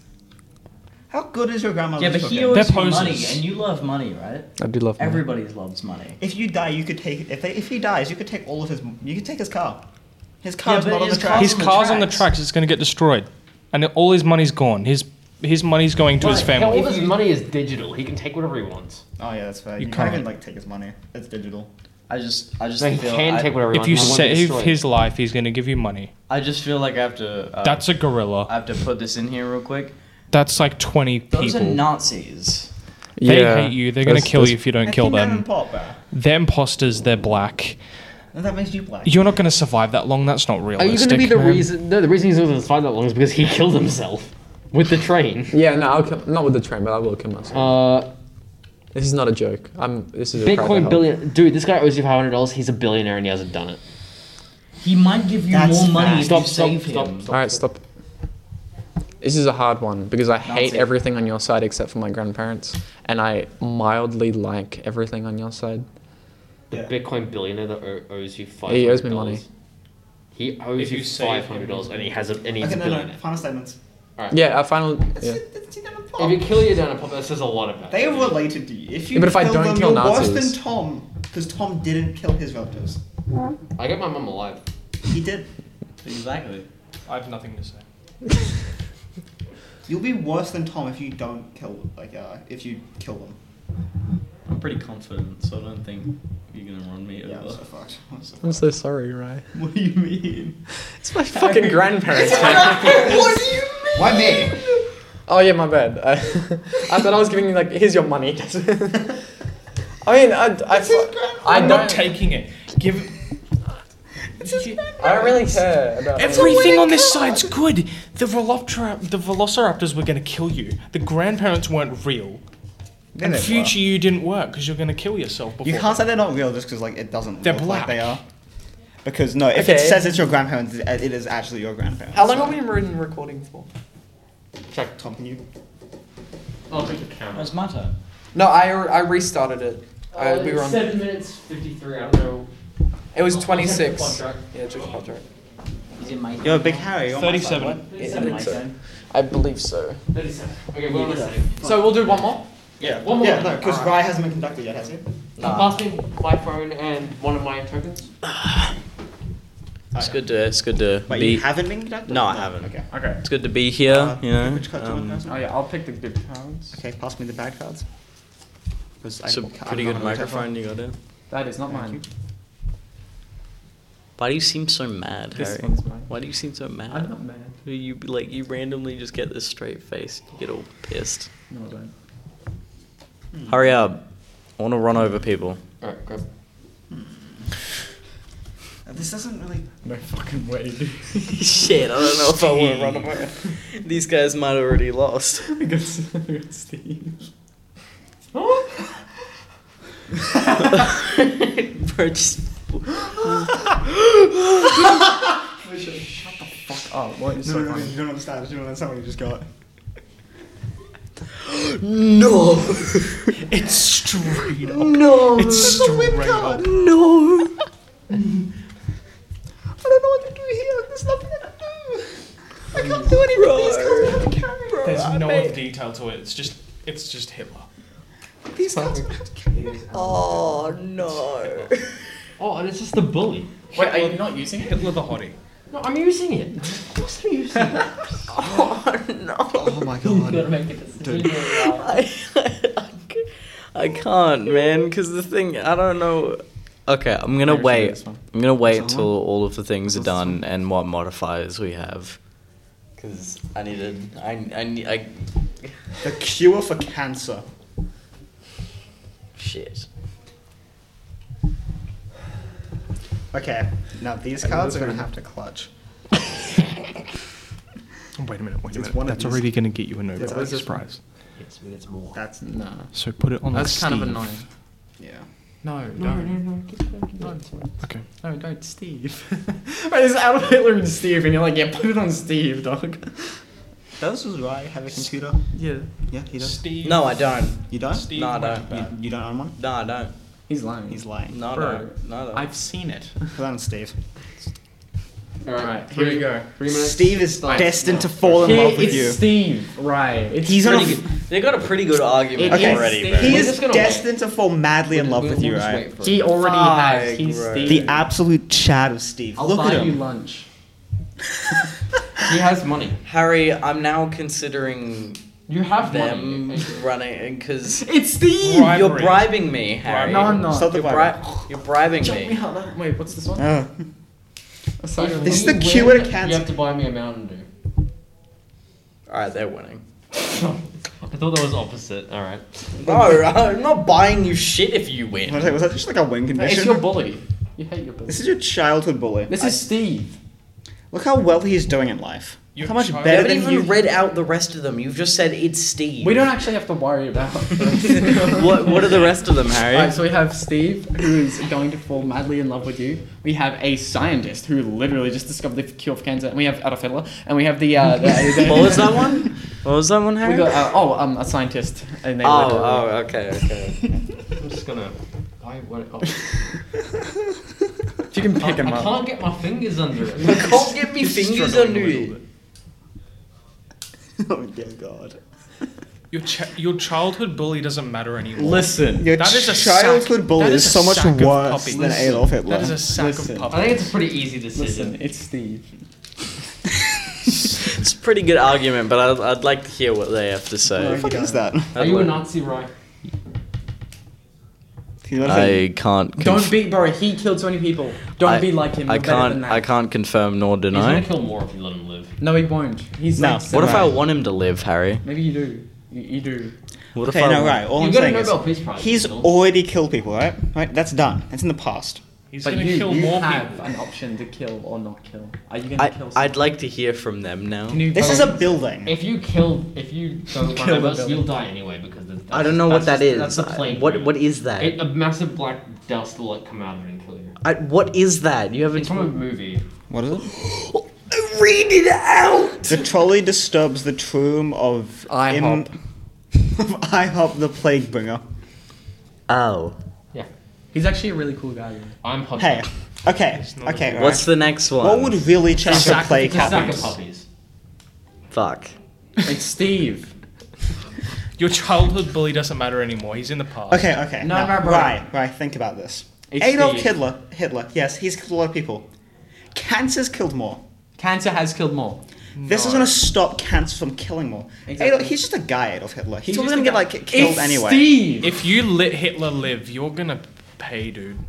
[SPEAKER 5] How good is your grandmother?
[SPEAKER 1] Yeah, but he
[SPEAKER 4] They're
[SPEAKER 1] owes you money,
[SPEAKER 4] posers.
[SPEAKER 1] and you love money, right?
[SPEAKER 2] I do love
[SPEAKER 1] Everybody loves money.
[SPEAKER 5] If you die, you could take. If, they, if he dies, you could take all of his. You could take his car. His car
[SPEAKER 1] Yeah,
[SPEAKER 5] is
[SPEAKER 1] but
[SPEAKER 5] not on the
[SPEAKER 1] his
[SPEAKER 5] track.
[SPEAKER 4] his
[SPEAKER 1] on the
[SPEAKER 4] car's on the
[SPEAKER 1] tracks.
[SPEAKER 4] tracks. It's going to get destroyed, and all his money's gone. His his money's going to his
[SPEAKER 8] Like, hell,
[SPEAKER 4] family.
[SPEAKER 8] all this money is digital. He can take whatever he wants.
[SPEAKER 5] Oh yeah, that's fair.
[SPEAKER 4] You
[SPEAKER 5] You, can't
[SPEAKER 4] can't.
[SPEAKER 5] even like take his money. It's digital.
[SPEAKER 1] I just, I just
[SPEAKER 8] No, he
[SPEAKER 1] feel.
[SPEAKER 8] can
[SPEAKER 1] I,
[SPEAKER 8] take whatever he
[SPEAKER 4] If
[SPEAKER 8] wants.
[SPEAKER 4] you
[SPEAKER 8] and it won't be
[SPEAKER 4] save
[SPEAKER 8] destroyed.
[SPEAKER 4] his life, he's going to give you money.
[SPEAKER 1] I just feel like I have to. Uh,
[SPEAKER 4] That's a
[SPEAKER 1] I
[SPEAKER 4] gorilla.
[SPEAKER 1] have to put this in here real quick.
[SPEAKER 4] That's like twenty
[SPEAKER 1] Those are
[SPEAKER 4] people.
[SPEAKER 1] Nazis.
[SPEAKER 4] They hate you. They're going to kill you if you don't kill
[SPEAKER 5] That's your nana
[SPEAKER 4] them.
[SPEAKER 5] and pop, bro.
[SPEAKER 4] They're imposters. They're black.
[SPEAKER 5] And that makes you black.
[SPEAKER 4] You're not going to survive that long. That's not
[SPEAKER 8] Are you
[SPEAKER 4] realistic.
[SPEAKER 8] going to be the
[SPEAKER 4] man.
[SPEAKER 8] reason? No, the reason he's not going to survive that long is because he killed himself with the train.
[SPEAKER 2] Yeah, no, I'll kill, not with the train, but I will kill myself.
[SPEAKER 8] Uh,
[SPEAKER 2] This is not a joke. I'm. This is a cry for
[SPEAKER 8] Bitcoin
[SPEAKER 2] help.
[SPEAKER 8] billion, dude. This guy owes you five hundred dollars. He's a billionaire and he hasn't done it.
[SPEAKER 1] He might give you
[SPEAKER 5] That's
[SPEAKER 1] more money
[SPEAKER 5] fact.
[SPEAKER 1] if
[SPEAKER 8] Stop,
[SPEAKER 1] you
[SPEAKER 8] stop,
[SPEAKER 1] save
[SPEAKER 8] stop,
[SPEAKER 1] him.
[SPEAKER 2] All right, stop. This is a hard one because I hate
[SPEAKER 1] it.
[SPEAKER 2] everything on your side except for my grandparents, and I mildly like everything on your side.
[SPEAKER 8] Bitcoin billionaire that o- owes you five.
[SPEAKER 2] He owes me money.
[SPEAKER 8] He owes
[SPEAKER 4] If
[SPEAKER 8] you,
[SPEAKER 4] you save him,
[SPEAKER 8] five hundred dollars and he has a and he's
[SPEAKER 5] okay,
[SPEAKER 8] a
[SPEAKER 5] no, no.
[SPEAKER 8] billionaire.
[SPEAKER 5] Final statements.
[SPEAKER 2] Yeah, our final. Yeah.
[SPEAKER 5] It's, it's your nana and
[SPEAKER 8] If
[SPEAKER 5] pop.
[SPEAKER 8] you kill your down and pop, that says a lot about.
[SPEAKER 5] They
[SPEAKER 8] you.
[SPEAKER 5] are related to you. If you
[SPEAKER 2] Yeah, but if I don't
[SPEAKER 5] them,
[SPEAKER 2] kill
[SPEAKER 5] you're worse
[SPEAKER 2] Nazis-
[SPEAKER 5] than Tom, because Tom didn't kill his relatives.
[SPEAKER 8] I got my mum alive.
[SPEAKER 5] He did.
[SPEAKER 1] Exactly.
[SPEAKER 4] I have nothing to say.
[SPEAKER 5] You'll be worse than Tom if you don't kill, like, uh, if you kill them.
[SPEAKER 1] I'm pretty confident, so I don't think you're gonna run me
[SPEAKER 5] Yeah, I'm so
[SPEAKER 1] over.
[SPEAKER 5] fucked. I'm so
[SPEAKER 2] I'm
[SPEAKER 5] fucked.
[SPEAKER 2] so sorry, Ryan.
[SPEAKER 1] What do you mean?
[SPEAKER 2] It's my fucking grandparents.
[SPEAKER 1] what do you mean?
[SPEAKER 5] Why me?
[SPEAKER 2] Oh yeah, my bad. I, I thought I was giving you like, here's your money. I mean, I, I, I
[SPEAKER 4] I'm not
[SPEAKER 2] don't,
[SPEAKER 4] taking it. Give
[SPEAKER 2] I don't really care about.
[SPEAKER 4] everything on this side's good. The velociraptor, the velociraptors were going to kill you. The grandparents weren't real.
[SPEAKER 5] Then
[SPEAKER 4] And
[SPEAKER 5] they
[SPEAKER 4] future
[SPEAKER 5] were.
[SPEAKER 4] you didn't work because you're going to kill yourself before.
[SPEAKER 5] You can't say they're not real just because, like, it doesn't
[SPEAKER 4] They're
[SPEAKER 5] look
[SPEAKER 4] black.
[SPEAKER 5] like they are. Because, no, if it
[SPEAKER 2] Okay.
[SPEAKER 5] says it's your grandparents, it it is actually your grandparents.
[SPEAKER 2] How long have we been recording for?
[SPEAKER 5] Check, Tom, can you?
[SPEAKER 8] I'll take the camera.
[SPEAKER 1] That's my turn.
[SPEAKER 2] No, I, I restarted it. I- we were on.
[SPEAKER 8] seven minutes fifty-three. I don't know.
[SPEAKER 2] It was
[SPEAKER 8] I'll check the
[SPEAKER 2] 26.
[SPEAKER 8] contract.
[SPEAKER 2] Yeah, check the contract.
[SPEAKER 1] Is it my turn?
[SPEAKER 5] Yo, Big Harry, you're on my side, what?
[SPEAKER 4] Thirty-seven.
[SPEAKER 1] Is it my turn?
[SPEAKER 2] I believe so.
[SPEAKER 8] Thirty-seven. Okay, we're on the same.
[SPEAKER 2] So we'll do one more.
[SPEAKER 5] Yeah,
[SPEAKER 8] one more.
[SPEAKER 5] Yeah, no, because
[SPEAKER 8] Alright.
[SPEAKER 5] Rye hasn't been conducted yet, has he?
[SPEAKER 8] Pass me my phone and one of my tokens.
[SPEAKER 1] It's good to. It's good to
[SPEAKER 5] Wait,
[SPEAKER 1] be.
[SPEAKER 5] you haven't been conducted?
[SPEAKER 1] No, I haven't.
[SPEAKER 5] Okay.
[SPEAKER 2] Okay.
[SPEAKER 1] It's good to be here.
[SPEAKER 5] Uh,
[SPEAKER 1] you know.
[SPEAKER 5] Which card do you want
[SPEAKER 1] um,
[SPEAKER 5] first?
[SPEAKER 2] Oh yeah, I'll pick the good cards.
[SPEAKER 5] Okay, pass me the bad cards. 'Cause I
[SPEAKER 1] it's a
[SPEAKER 5] can't-
[SPEAKER 1] pretty
[SPEAKER 5] I'm
[SPEAKER 1] good
[SPEAKER 5] not gonna check one.
[SPEAKER 1] microphone you got there.
[SPEAKER 2] That is not
[SPEAKER 5] Thank
[SPEAKER 2] mine.
[SPEAKER 5] you.
[SPEAKER 1] Why do you seem so mad,
[SPEAKER 2] This
[SPEAKER 1] Harry?
[SPEAKER 2] one's mine.
[SPEAKER 1] Why do you seem so mad?
[SPEAKER 2] I'm not mad.
[SPEAKER 1] You like you randomly just get this straight face. You get all pissed.
[SPEAKER 2] No, I don't.
[SPEAKER 1] Hurry up! I want to run over people.
[SPEAKER 3] Alright, grab.
[SPEAKER 5] This doesn't really.
[SPEAKER 2] No fucking way. dude.
[SPEAKER 1] Shit! I don't know if I want to run over. These guys might already lost.
[SPEAKER 2] I got I got Steve.
[SPEAKER 1] Bro, just
[SPEAKER 2] Oh, what? It's
[SPEAKER 5] No,
[SPEAKER 2] so
[SPEAKER 5] no, no,
[SPEAKER 2] funny.
[SPEAKER 5] you don't understand. You don't understand what you just got.
[SPEAKER 1] no,
[SPEAKER 4] It's straight up.
[SPEAKER 1] no,
[SPEAKER 4] It's straight up.
[SPEAKER 1] no.
[SPEAKER 2] I don't know what to do here. There's nothing I can do. I can't do anything. These cards
[SPEAKER 1] Bro.
[SPEAKER 2] have a carrier.
[SPEAKER 4] There's no other detail to it. It's just, it's just Hitler.
[SPEAKER 2] These cards don't have carrier.
[SPEAKER 1] Oh no.
[SPEAKER 3] Oh, and it's just the bully.
[SPEAKER 2] Wait, are you not using it?
[SPEAKER 4] Hitler the hottie.
[SPEAKER 3] No, I'm using it. Of course I'm using it.
[SPEAKER 5] Oh my god.
[SPEAKER 3] make it this.
[SPEAKER 1] I, I, I can't, man, because the thing, I don't know. Okay, I'm gonna
[SPEAKER 2] Maybe we
[SPEAKER 1] wait.
[SPEAKER 2] should do this one.
[SPEAKER 1] I'm gonna wait
[SPEAKER 5] What's that
[SPEAKER 1] till
[SPEAKER 5] one?
[SPEAKER 1] all of the things are
[SPEAKER 5] What's this
[SPEAKER 1] done and what modifiers we have. Because I needed. I, I, ne- I.
[SPEAKER 5] the cure for cancer.
[SPEAKER 1] Shit.
[SPEAKER 5] Okay, now these cards are gonna have to clutch.
[SPEAKER 4] Oh, wait a minute, wait
[SPEAKER 5] It's
[SPEAKER 4] a minute.
[SPEAKER 5] one of
[SPEAKER 4] That's
[SPEAKER 5] these-
[SPEAKER 4] already going to get you a Nobel
[SPEAKER 5] It's- it's
[SPEAKER 4] Prize
[SPEAKER 5] just-
[SPEAKER 4] prize.
[SPEAKER 3] Yes, we get some more.
[SPEAKER 5] That's
[SPEAKER 2] No.
[SPEAKER 4] So put it on like
[SPEAKER 2] That's kind of
[SPEAKER 4] Steve.
[SPEAKER 2] annoying.
[SPEAKER 5] yeah.
[SPEAKER 2] No, don't. No,
[SPEAKER 4] Okay.
[SPEAKER 2] no, don't, Steve. Right, it's Adolf Hitler and Steve, and you're like, yeah, put it on Steve, dog.
[SPEAKER 5] Does Rai have a computer?
[SPEAKER 2] Yeah.
[SPEAKER 5] Yeah, he does.
[SPEAKER 4] Steve.
[SPEAKER 1] No, I don't.
[SPEAKER 5] You don't?
[SPEAKER 4] Steve
[SPEAKER 1] No, I
[SPEAKER 4] went
[SPEAKER 1] don't.
[SPEAKER 5] You, you don't own one?
[SPEAKER 1] No, I don't.
[SPEAKER 2] He's lying.
[SPEAKER 5] He's lying.
[SPEAKER 1] No, I
[SPEAKER 2] Bro,
[SPEAKER 1] don't. No, I don't.
[SPEAKER 2] I've seen it.
[SPEAKER 5] Put that on Steve.
[SPEAKER 3] Alright,
[SPEAKER 2] here we
[SPEAKER 3] three-
[SPEAKER 2] go.
[SPEAKER 3] Three minutes.
[SPEAKER 5] Steve is
[SPEAKER 3] Fine.
[SPEAKER 5] destined to fall in
[SPEAKER 2] Here
[SPEAKER 5] love with
[SPEAKER 2] it's
[SPEAKER 5] you.
[SPEAKER 2] Steve, right? It's
[SPEAKER 5] He's on a
[SPEAKER 2] pretty
[SPEAKER 5] f-
[SPEAKER 2] good.
[SPEAKER 1] They got a pretty good argument
[SPEAKER 2] It is
[SPEAKER 1] already,
[SPEAKER 2] Steve.
[SPEAKER 1] bro.
[SPEAKER 5] He
[SPEAKER 3] We're
[SPEAKER 5] is
[SPEAKER 3] just gonna
[SPEAKER 5] destined to fall madly in love with you, right?
[SPEAKER 2] He
[SPEAKER 3] right?
[SPEAKER 2] already has.
[SPEAKER 1] Fuck,
[SPEAKER 2] He's
[SPEAKER 1] bro.
[SPEAKER 2] Steve.
[SPEAKER 5] The absolute Chad of Steve.
[SPEAKER 2] I'll
[SPEAKER 5] Look
[SPEAKER 2] buy
[SPEAKER 5] at him.
[SPEAKER 2] you lunch. he has money.
[SPEAKER 1] Harry, I'm now considering
[SPEAKER 3] You have
[SPEAKER 1] them
[SPEAKER 3] them.
[SPEAKER 1] running because
[SPEAKER 2] It's Steve.
[SPEAKER 4] Bribery.
[SPEAKER 1] you're bribing me, Harry.
[SPEAKER 2] No, I'm not.
[SPEAKER 5] Stop the
[SPEAKER 1] You're,
[SPEAKER 5] vibe.
[SPEAKER 1] bri- you're bribing
[SPEAKER 2] Check me
[SPEAKER 1] me.
[SPEAKER 2] out. that- Wait, what's this one?
[SPEAKER 5] Oh.
[SPEAKER 2] Aside from
[SPEAKER 5] This is
[SPEAKER 2] that-
[SPEAKER 5] the cure to
[SPEAKER 3] You
[SPEAKER 5] cancer.
[SPEAKER 3] have to buy me a Mountain Dew.
[SPEAKER 1] Alright, they're winning.
[SPEAKER 3] I thought that was opposite. Alright.
[SPEAKER 1] No, I'm not buying you shit if you
[SPEAKER 5] I was
[SPEAKER 1] win.
[SPEAKER 5] like, was that just like a win
[SPEAKER 2] Hey,
[SPEAKER 5] condition?
[SPEAKER 2] it's your bully. You hate your bully.
[SPEAKER 5] this is your childhood bully.
[SPEAKER 2] This is Steve.
[SPEAKER 5] Look how well he is doing in life.
[SPEAKER 4] Your
[SPEAKER 5] how much
[SPEAKER 4] child-
[SPEAKER 1] You
[SPEAKER 5] better
[SPEAKER 1] haven't
[SPEAKER 5] than
[SPEAKER 1] even
[SPEAKER 5] you.
[SPEAKER 1] read out the rest of them. You've just said it's Steve.
[SPEAKER 2] We don't actually have to worry about.
[SPEAKER 1] what What are the rest of them,
[SPEAKER 2] Alright,
[SPEAKER 1] Harry?
[SPEAKER 2] so we have Steve, who is going to fall madly in love with you. We have a scientist who literally just discovered the cure for cancer. And we have Adolf Hitler. And we have the. Uh, the, the-
[SPEAKER 1] what was that one? What was that one,
[SPEAKER 2] We
[SPEAKER 1] Harry?
[SPEAKER 2] got, uh, oh, um, a scientist. And they
[SPEAKER 1] oh,
[SPEAKER 2] literally-
[SPEAKER 1] oh, okay, okay.
[SPEAKER 3] I'm just gonna. I, what, oh.
[SPEAKER 2] If you can
[SPEAKER 3] I,
[SPEAKER 2] pick him
[SPEAKER 3] I
[SPEAKER 2] up.
[SPEAKER 3] can't get my fingers under
[SPEAKER 1] You
[SPEAKER 3] it.
[SPEAKER 1] can't get me fingers under it.
[SPEAKER 5] oh dear God.
[SPEAKER 4] Your, ch- your childhood bully doesn't matter anymore.
[SPEAKER 2] Listen.
[SPEAKER 5] Your
[SPEAKER 4] That is a
[SPEAKER 5] childhood
[SPEAKER 4] sack-
[SPEAKER 5] bully
[SPEAKER 4] that
[SPEAKER 5] is,
[SPEAKER 4] is a
[SPEAKER 5] so much
[SPEAKER 4] sack of
[SPEAKER 5] worse
[SPEAKER 4] puppies.
[SPEAKER 5] than Adolf Hitler.
[SPEAKER 4] That is a sack
[SPEAKER 5] Listen.
[SPEAKER 4] of
[SPEAKER 3] I
[SPEAKER 4] puppies.
[SPEAKER 3] think it's a pretty easy decision.
[SPEAKER 2] Listen, it's Steve.
[SPEAKER 1] It's a pretty good argument, but I'd, I'd like to hear what they have to
[SPEAKER 5] What
[SPEAKER 1] say.
[SPEAKER 5] the fuck is that?
[SPEAKER 3] Are you a Nazi, right?
[SPEAKER 5] He literally-
[SPEAKER 1] I can't. conf-
[SPEAKER 2] Don't be, bro. He killed so many people. Don't
[SPEAKER 1] I-
[SPEAKER 2] be like him.
[SPEAKER 1] I
[SPEAKER 2] You're better
[SPEAKER 1] can't.
[SPEAKER 2] than that.
[SPEAKER 1] I can't confirm nor
[SPEAKER 3] He's
[SPEAKER 1] deny.
[SPEAKER 3] gonna kill more if you let him live.
[SPEAKER 2] No, he won't. He's
[SPEAKER 5] No.
[SPEAKER 2] like.
[SPEAKER 5] What
[SPEAKER 1] What if
[SPEAKER 5] Right.
[SPEAKER 1] I want him to live, Harry?
[SPEAKER 2] Maybe you do. You, you do.
[SPEAKER 1] What if
[SPEAKER 5] Okay,
[SPEAKER 1] I
[SPEAKER 5] no,
[SPEAKER 1] want-
[SPEAKER 5] right. All
[SPEAKER 3] you
[SPEAKER 5] I'm
[SPEAKER 3] got a
[SPEAKER 5] saying is,
[SPEAKER 3] Nobel Peace Prize.
[SPEAKER 5] he's
[SPEAKER 3] you know?
[SPEAKER 5] already killed people, right? Right. That's done. That's in the past.
[SPEAKER 4] He's
[SPEAKER 2] But
[SPEAKER 4] going
[SPEAKER 2] you,
[SPEAKER 4] to kill
[SPEAKER 2] you
[SPEAKER 4] more
[SPEAKER 2] have
[SPEAKER 4] people.
[SPEAKER 2] an option to kill or not kill. Are you gonna
[SPEAKER 1] I,
[SPEAKER 2] kill? someone?
[SPEAKER 1] I'd like to hear from them now.
[SPEAKER 2] Can you-
[SPEAKER 5] This is a
[SPEAKER 4] Oh.
[SPEAKER 5] building.
[SPEAKER 3] If you kill, if you don't
[SPEAKER 2] Kill
[SPEAKER 3] kill
[SPEAKER 2] the
[SPEAKER 3] us,
[SPEAKER 2] villain.
[SPEAKER 3] you'll die anyway because that's,
[SPEAKER 1] I don't know what that is.
[SPEAKER 3] That's the plague.
[SPEAKER 1] What
[SPEAKER 3] really.
[SPEAKER 1] what is that?
[SPEAKER 3] It, a massive black dust will like come out of it and kill you.
[SPEAKER 1] I, what is that? You haven't.
[SPEAKER 3] It's from a movie.
[SPEAKER 5] What is it?
[SPEAKER 1] Read it out.
[SPEAKER 5] The trolley disturbs the tomb of
[SPEAKER 2] IHOP.
[SPEAKER 5] Im- of IHOP, the plague bringer.
[SPEAKER 1] Oh.
[SPEAKER 3] Yeah,
[SPEAKER 2] He's actually a really cool guy. though.
[SPEAKER 3] I'm Hudson.
[SPEAKER 5] Hey. Okay.
[SPEAKER 4] It's not a-
[SPEAKER 5] Okay.
[SPEAKER 1] What's
[SPEAKER 5] What's
[SPEAKER 1] the next one?
[SPEAKER 5] what would really change the
[SPEAKER 3] Sack-
[SPEAKER 5] plague
[SPEAKER 3] it's a sack of
[SPEAKER 5] happens?
[SPEAKER 3] puppies.
[SPEAKER 1] Fuck.
[SPEAKER 2] It's Steve.
[SPEAKER 4] Your childhood bully doesn't matter anymore. He's in the past.
[SPEAKER 5] Okay, okay.
[SPEAKER 2] No,
[SPEAKER 5] now,
[SPEAKER 2] no, bro.
[SPEAKER 5] Right, right. Think about this.
[SPEAKER 2] It's
[SPEAKER 5] Adolf
[SPEAKER 2] the-
[SPEAKER 5] Hitler. Hitler. Yes, he's killed a lot of people. Cancer's killed more.
[SPEAKER 2] Cancer has killed more.
[SPEAKER 5] This is
[SPEAKER 4] No.
[SPEAKER 5] gonna stop cancer from killing more.
[SPEAKER 2] Exactly.
[SPEAKER 5] Adolf, he's just a guy, Adolf Hitler. He's,
[SPEAKER 2] He's
[SPEAKER 5] always
[SPEAKER 2] just
[SPEAKER 5] gonna
[SPEAKER 2] a
[SPEAKER 5] get
[SPEAKER 2] guy.
[SPEAKER 5] like killed
[SPEAKER 2] it's
[SPEAKER 5] anyway.
[SPEAKER 2] Steve.
[SPEAKER 4] If you let Hitler live, you're going to pay, dude.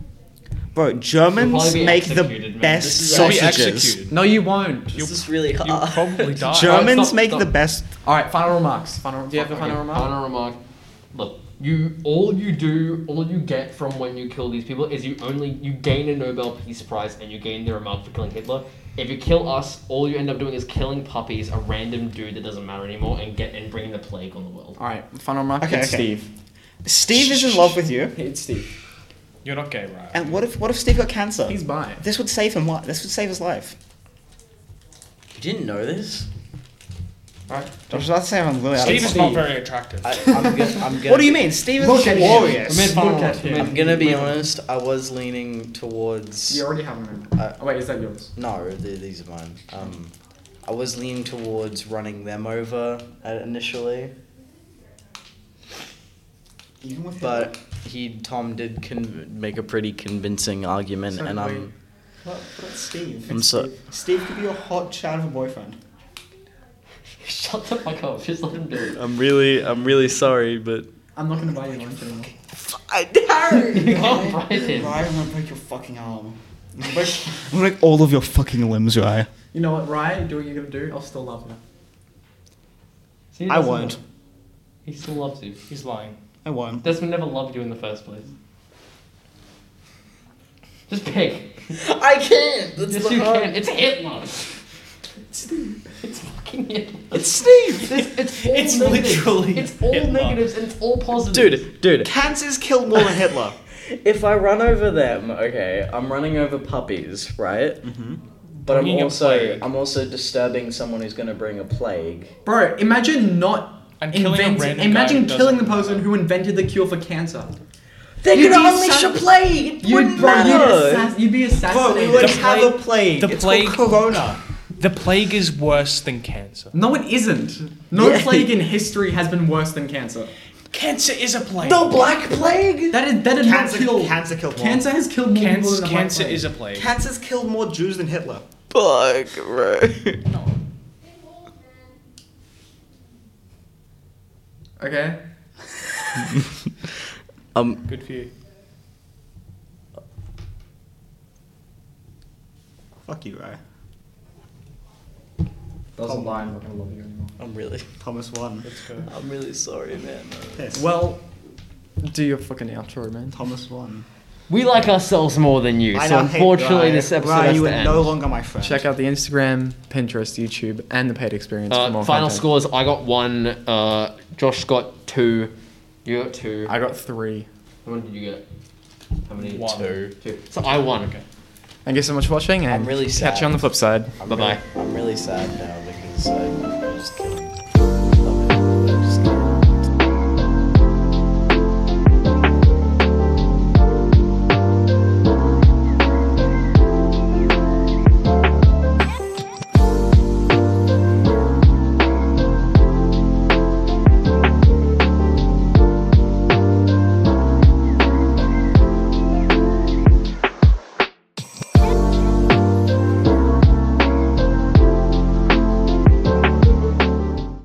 [SPEAKER 5] Bro,
[SPEAKER 3] You'll
[SPEAKER 5] Germans
[SPEAKER 3] probably be
[SPEAKER 5] make the
[SPEAKER 3] executed, man.
[SPEAKER 5] best
[SPEAKER 1] This is
[SPEAKER 4] You'll be
[SPEAKER 5] sausages.
[SPEAKER 4] executed.
[SPEAKER 2] No, you won't.
[SPEAKER 1] This is really
[SPEAKER 4] You'll
[SPEAKER 1] hard.
[SPEAKER 4] probably die.
[SPEAKER 5] Germans
[SPEAKER 3] Alright, stop,
[SPEAKER 5] make
[SPEAKER 3] stop.
[SPEAKER 5] the best.
[SPEAKER 2] All right, final remarks. Final. Do you have a
[SPEAKER 3] Okay,
[SPEAKER 2] final remark?
[SPEAKER 3] Final remark. Look, you all you do, all you get from when you kill these people is you only you gain a Nobel Peace Prize and you gain their amount for killing Hitler. If you kill us, all you end up doing is killing puppies, a random dude that doesn't matter anymore, and get and bringing the plague on the world.
[SPEAKER 2] All right, final remark.
[SPEAKER 5] Okay,
[SPEAKER 2] it's
[SPEAKER 5] okay.
[SPEAKER 2] Steve.
[SPEAKER 5] Steve is in love with you.
[SPEAKER 2] It's Steve.
[SPEAKER 4] You're not gay, right?
[SPEAKER 5] And what if what if Steve got cancer?
[SPEAKER 2] He's bi.
[SPEAKER 5] This would save him. Li- this would save his life.
[SPEAKER 1] You didn't know this?
[SPEAKER 5] I was about to say I'm really out of
[SPEAKER 4] Steve is
[SPEAKER 5] touch.
[SPEAKER 4] not very attractive.
[SPEAKER 1] I, I'm gonna, I'm gonna,
[SPEAKER 5] What do you mean? Steve is
[SPEAKER 2] Look at him.
[SPEAKER 5] glorious.
[SPEAKER 2] Mid- Final remark.
[SPEAKER 1] I'm gonna be honest. I was leaning towards.
[SPEAKER 2] You already have one.
[SPEAKER 1] Uh,
[SPEAKER 2] oh, wait, is that yours?
[SPEAKER 1] No, th- these are mine. Um, I was leaning towards running them over uh, initially,
[SPEAKER 5] Even with Hitler.
[SPEAKER 1] but he Tom did con- make a pretty convincing argument,
[SPEAKER 5] So
[SPEAKER 1] and I'm
[SPEAKER 5] What, what Steve?
[SPEAKER 1] I'm so
[SPEAKER 5] Steve could be your hot chat of a boyfriend.
[SPEAKER 3] Shut the fuck up. Just let him do it.
[SPEAKER 9] I'm really, I'm really sorry, but
[SPEAKER 2] I'm not gonna buy you lunch anymore.
[SPEAKER 3] You can't bribe him.
[SPEAKER 5] Ryan, I'm gonna break your fucking arm. I'm gonna break, I'm gonna break all of your fucking limbs, Ryan.
[SPEAKER 2] You know what, Ryan? Do what you're gonna do. I'll still love you.
[SPEAKER 3] See, he
[SPEAKER 5] I
[SPEAKER 3] doesn't-
[SPEAKER 5] won't.
[SPEAKER 3] He still loves you.
[SPEAKER 4] He's lying.
[SPEAKER 5] I won't.
[SPEAKER 3] Desmond never loved you in the first place. Just pick.
[SPEAKER 1] I can't. That's
[SPEAKER 3] yes, you can. It's Hitler. It's fucking Hitler.
[SPEAKER 1] It's Steve.
[SPEAKER 3] It's, it's, all
[SPEAKER 1] It's
[SPEAKER 3] negatives.
[SPEAKER 1] literally
[SPEAKER 3] It's all
[SPEAKER 4] Hitler.
[SPEAKER 3] negatives and it's all positives.
[SPEAKER 1] Dude, dude,
[SPEAKER 5] Cancers kill more than Hitler.
[SPEAKER 1] if I run over them, okay, I'm running over puppies, right? Mm-hmm. But I'm
[SPEAKER 4] Bringing a
[SPEAKER 1] also
[SPEAKER 4] plague.
[SPEAKER 1] I'm also disturbing someone who's gonna bring a plague.
[SPEAKER 2] Bro, imagine not.
[SPEAKER 4] And killing a
[SPEAKER 2] invent-
[SPEAKER 4] random guy
[SPEAKER 2] imagine
[SPEAKER 4] who
[SPEAKER 2] killing the
[SPEAKER 4] doesn't-
[SPEAKER 2] person who invented the cure for cancer.
[SPEAKER 1] They
[SPEAKER 2] You'd
[SPEAKER 1] could
[SPEAKER 2] be
[SPEAKER 1] unleash
[SPEAKER 2] assass-
[SPEAKER 1] a plague. It
[SPEAKER 2] You'd,
[SPEAKER 1] wouldn't
[SPEAKER 2] bro, you'd,
[SPEAKER 1] matter.
[SPEAKER 2] assass- you'd be
[SPEAKER 5] Bro, we
[SPEAKER 2] assassinated.
[SPEAKER 5] would
[SPEAKER 4] The
[SPEAKER 5] have a plague.
[SPEAKER 4] the
[SPEAKER 5] it's called
[SPEAKER 4] plague-
[SPEAKER 5] Corona.
[SPEAKER 4] The plague is worse than cancer.
[SPEAKER 2] no, it isn't. No
[SPEAKER 1] Yeah.
[SPEAKER 2] plague in history has been worse than cancer.
[SPEAKER 4] Cancer is a plague.
[SPEAKER 1] The Black Plague.
[SPEAKER 2] That is that did
[SPEAKER 5] Cancer,
[SPEAKER 2] not kill.
[SPEAKER 5] cancer killed more.
[SPEAKER 2] Cancer has killed more people
[SPEAKER 4] Cancer,
[SPEAKER 2] than the Black
[SPEAKER 4] cancer
[SPEAKER 2] Plague.
[SPEAKER 4] is a plague.
[SPEAKER 5] Cancers killed more Jews than Hitler.
[SPEAKER 1] Fuck, bro.
[SPEAKER 2] Okay.
[SPEAKER 1] Um,
[SPEAKER 4] Good for you.
[SPEAKER 5] Fuck you, Ryan.
[SPEAKER 2] Doesn't lie. I'm not gonna love you anymore.
[SPEAKER 1] I'm really,
[SPEAKER 5] Thomas won.
[SPEAKER 1] I'm really sorry, man.
[SPEAKER 5] Piss.
[SPEAKER 2] Well, do your fucking outro, man.
[SPEAKER 5] Thomas won.
[SPEAKER 8] We like ourselves more than you,
[SPEAKER 5] I
[SPEAKER 8] so
[SPEAKER 5] now hate
[SPEAKER 8] unfortunately,
[SPEAKER 5] Ryan.
[SPEAKER 8] this episode
[SPEAKER 5] Ryan,
[SPEAKER 8] has
[SPEAKER 5] you
[SPEAKER 8] to
[SPEAKER 5] are
[SPEAKER 8] end.
[SPEAKER 5] no longer my friend.
[SPEAKER 2] Check out the Instagram, Pinterest, YouTube, and the paid experience for
[SPEAKER 8] Uh,
[SPEAKER 2] more
[SPEAKER 8] final
[SPEAKER 2] content.
[SPEAKER 8] scores: I got one. Uh, Josh got two. You got two.
[SPEAKER 2] I got three.
[SPEAKER 3] How many did you get? How many?
[SPEAKER 4] One.
[SPEAKER 8] two.
[SPEAKER 3] Two.
[SPEAKER 8] So I won. Okay.
[SPEAKER 2] Thank you so much for watching, and
[SPEAKER 1] I'm really
[SPEAKER 2] catch
[SPEAKER 1] sad.
[SPEAKER 2] you on the flip side.
[SPEAKER 1] I'm
[SPEAKER 8] Bye-bye.
[SPEAKER 1] really- I'm really sad now because I was killed.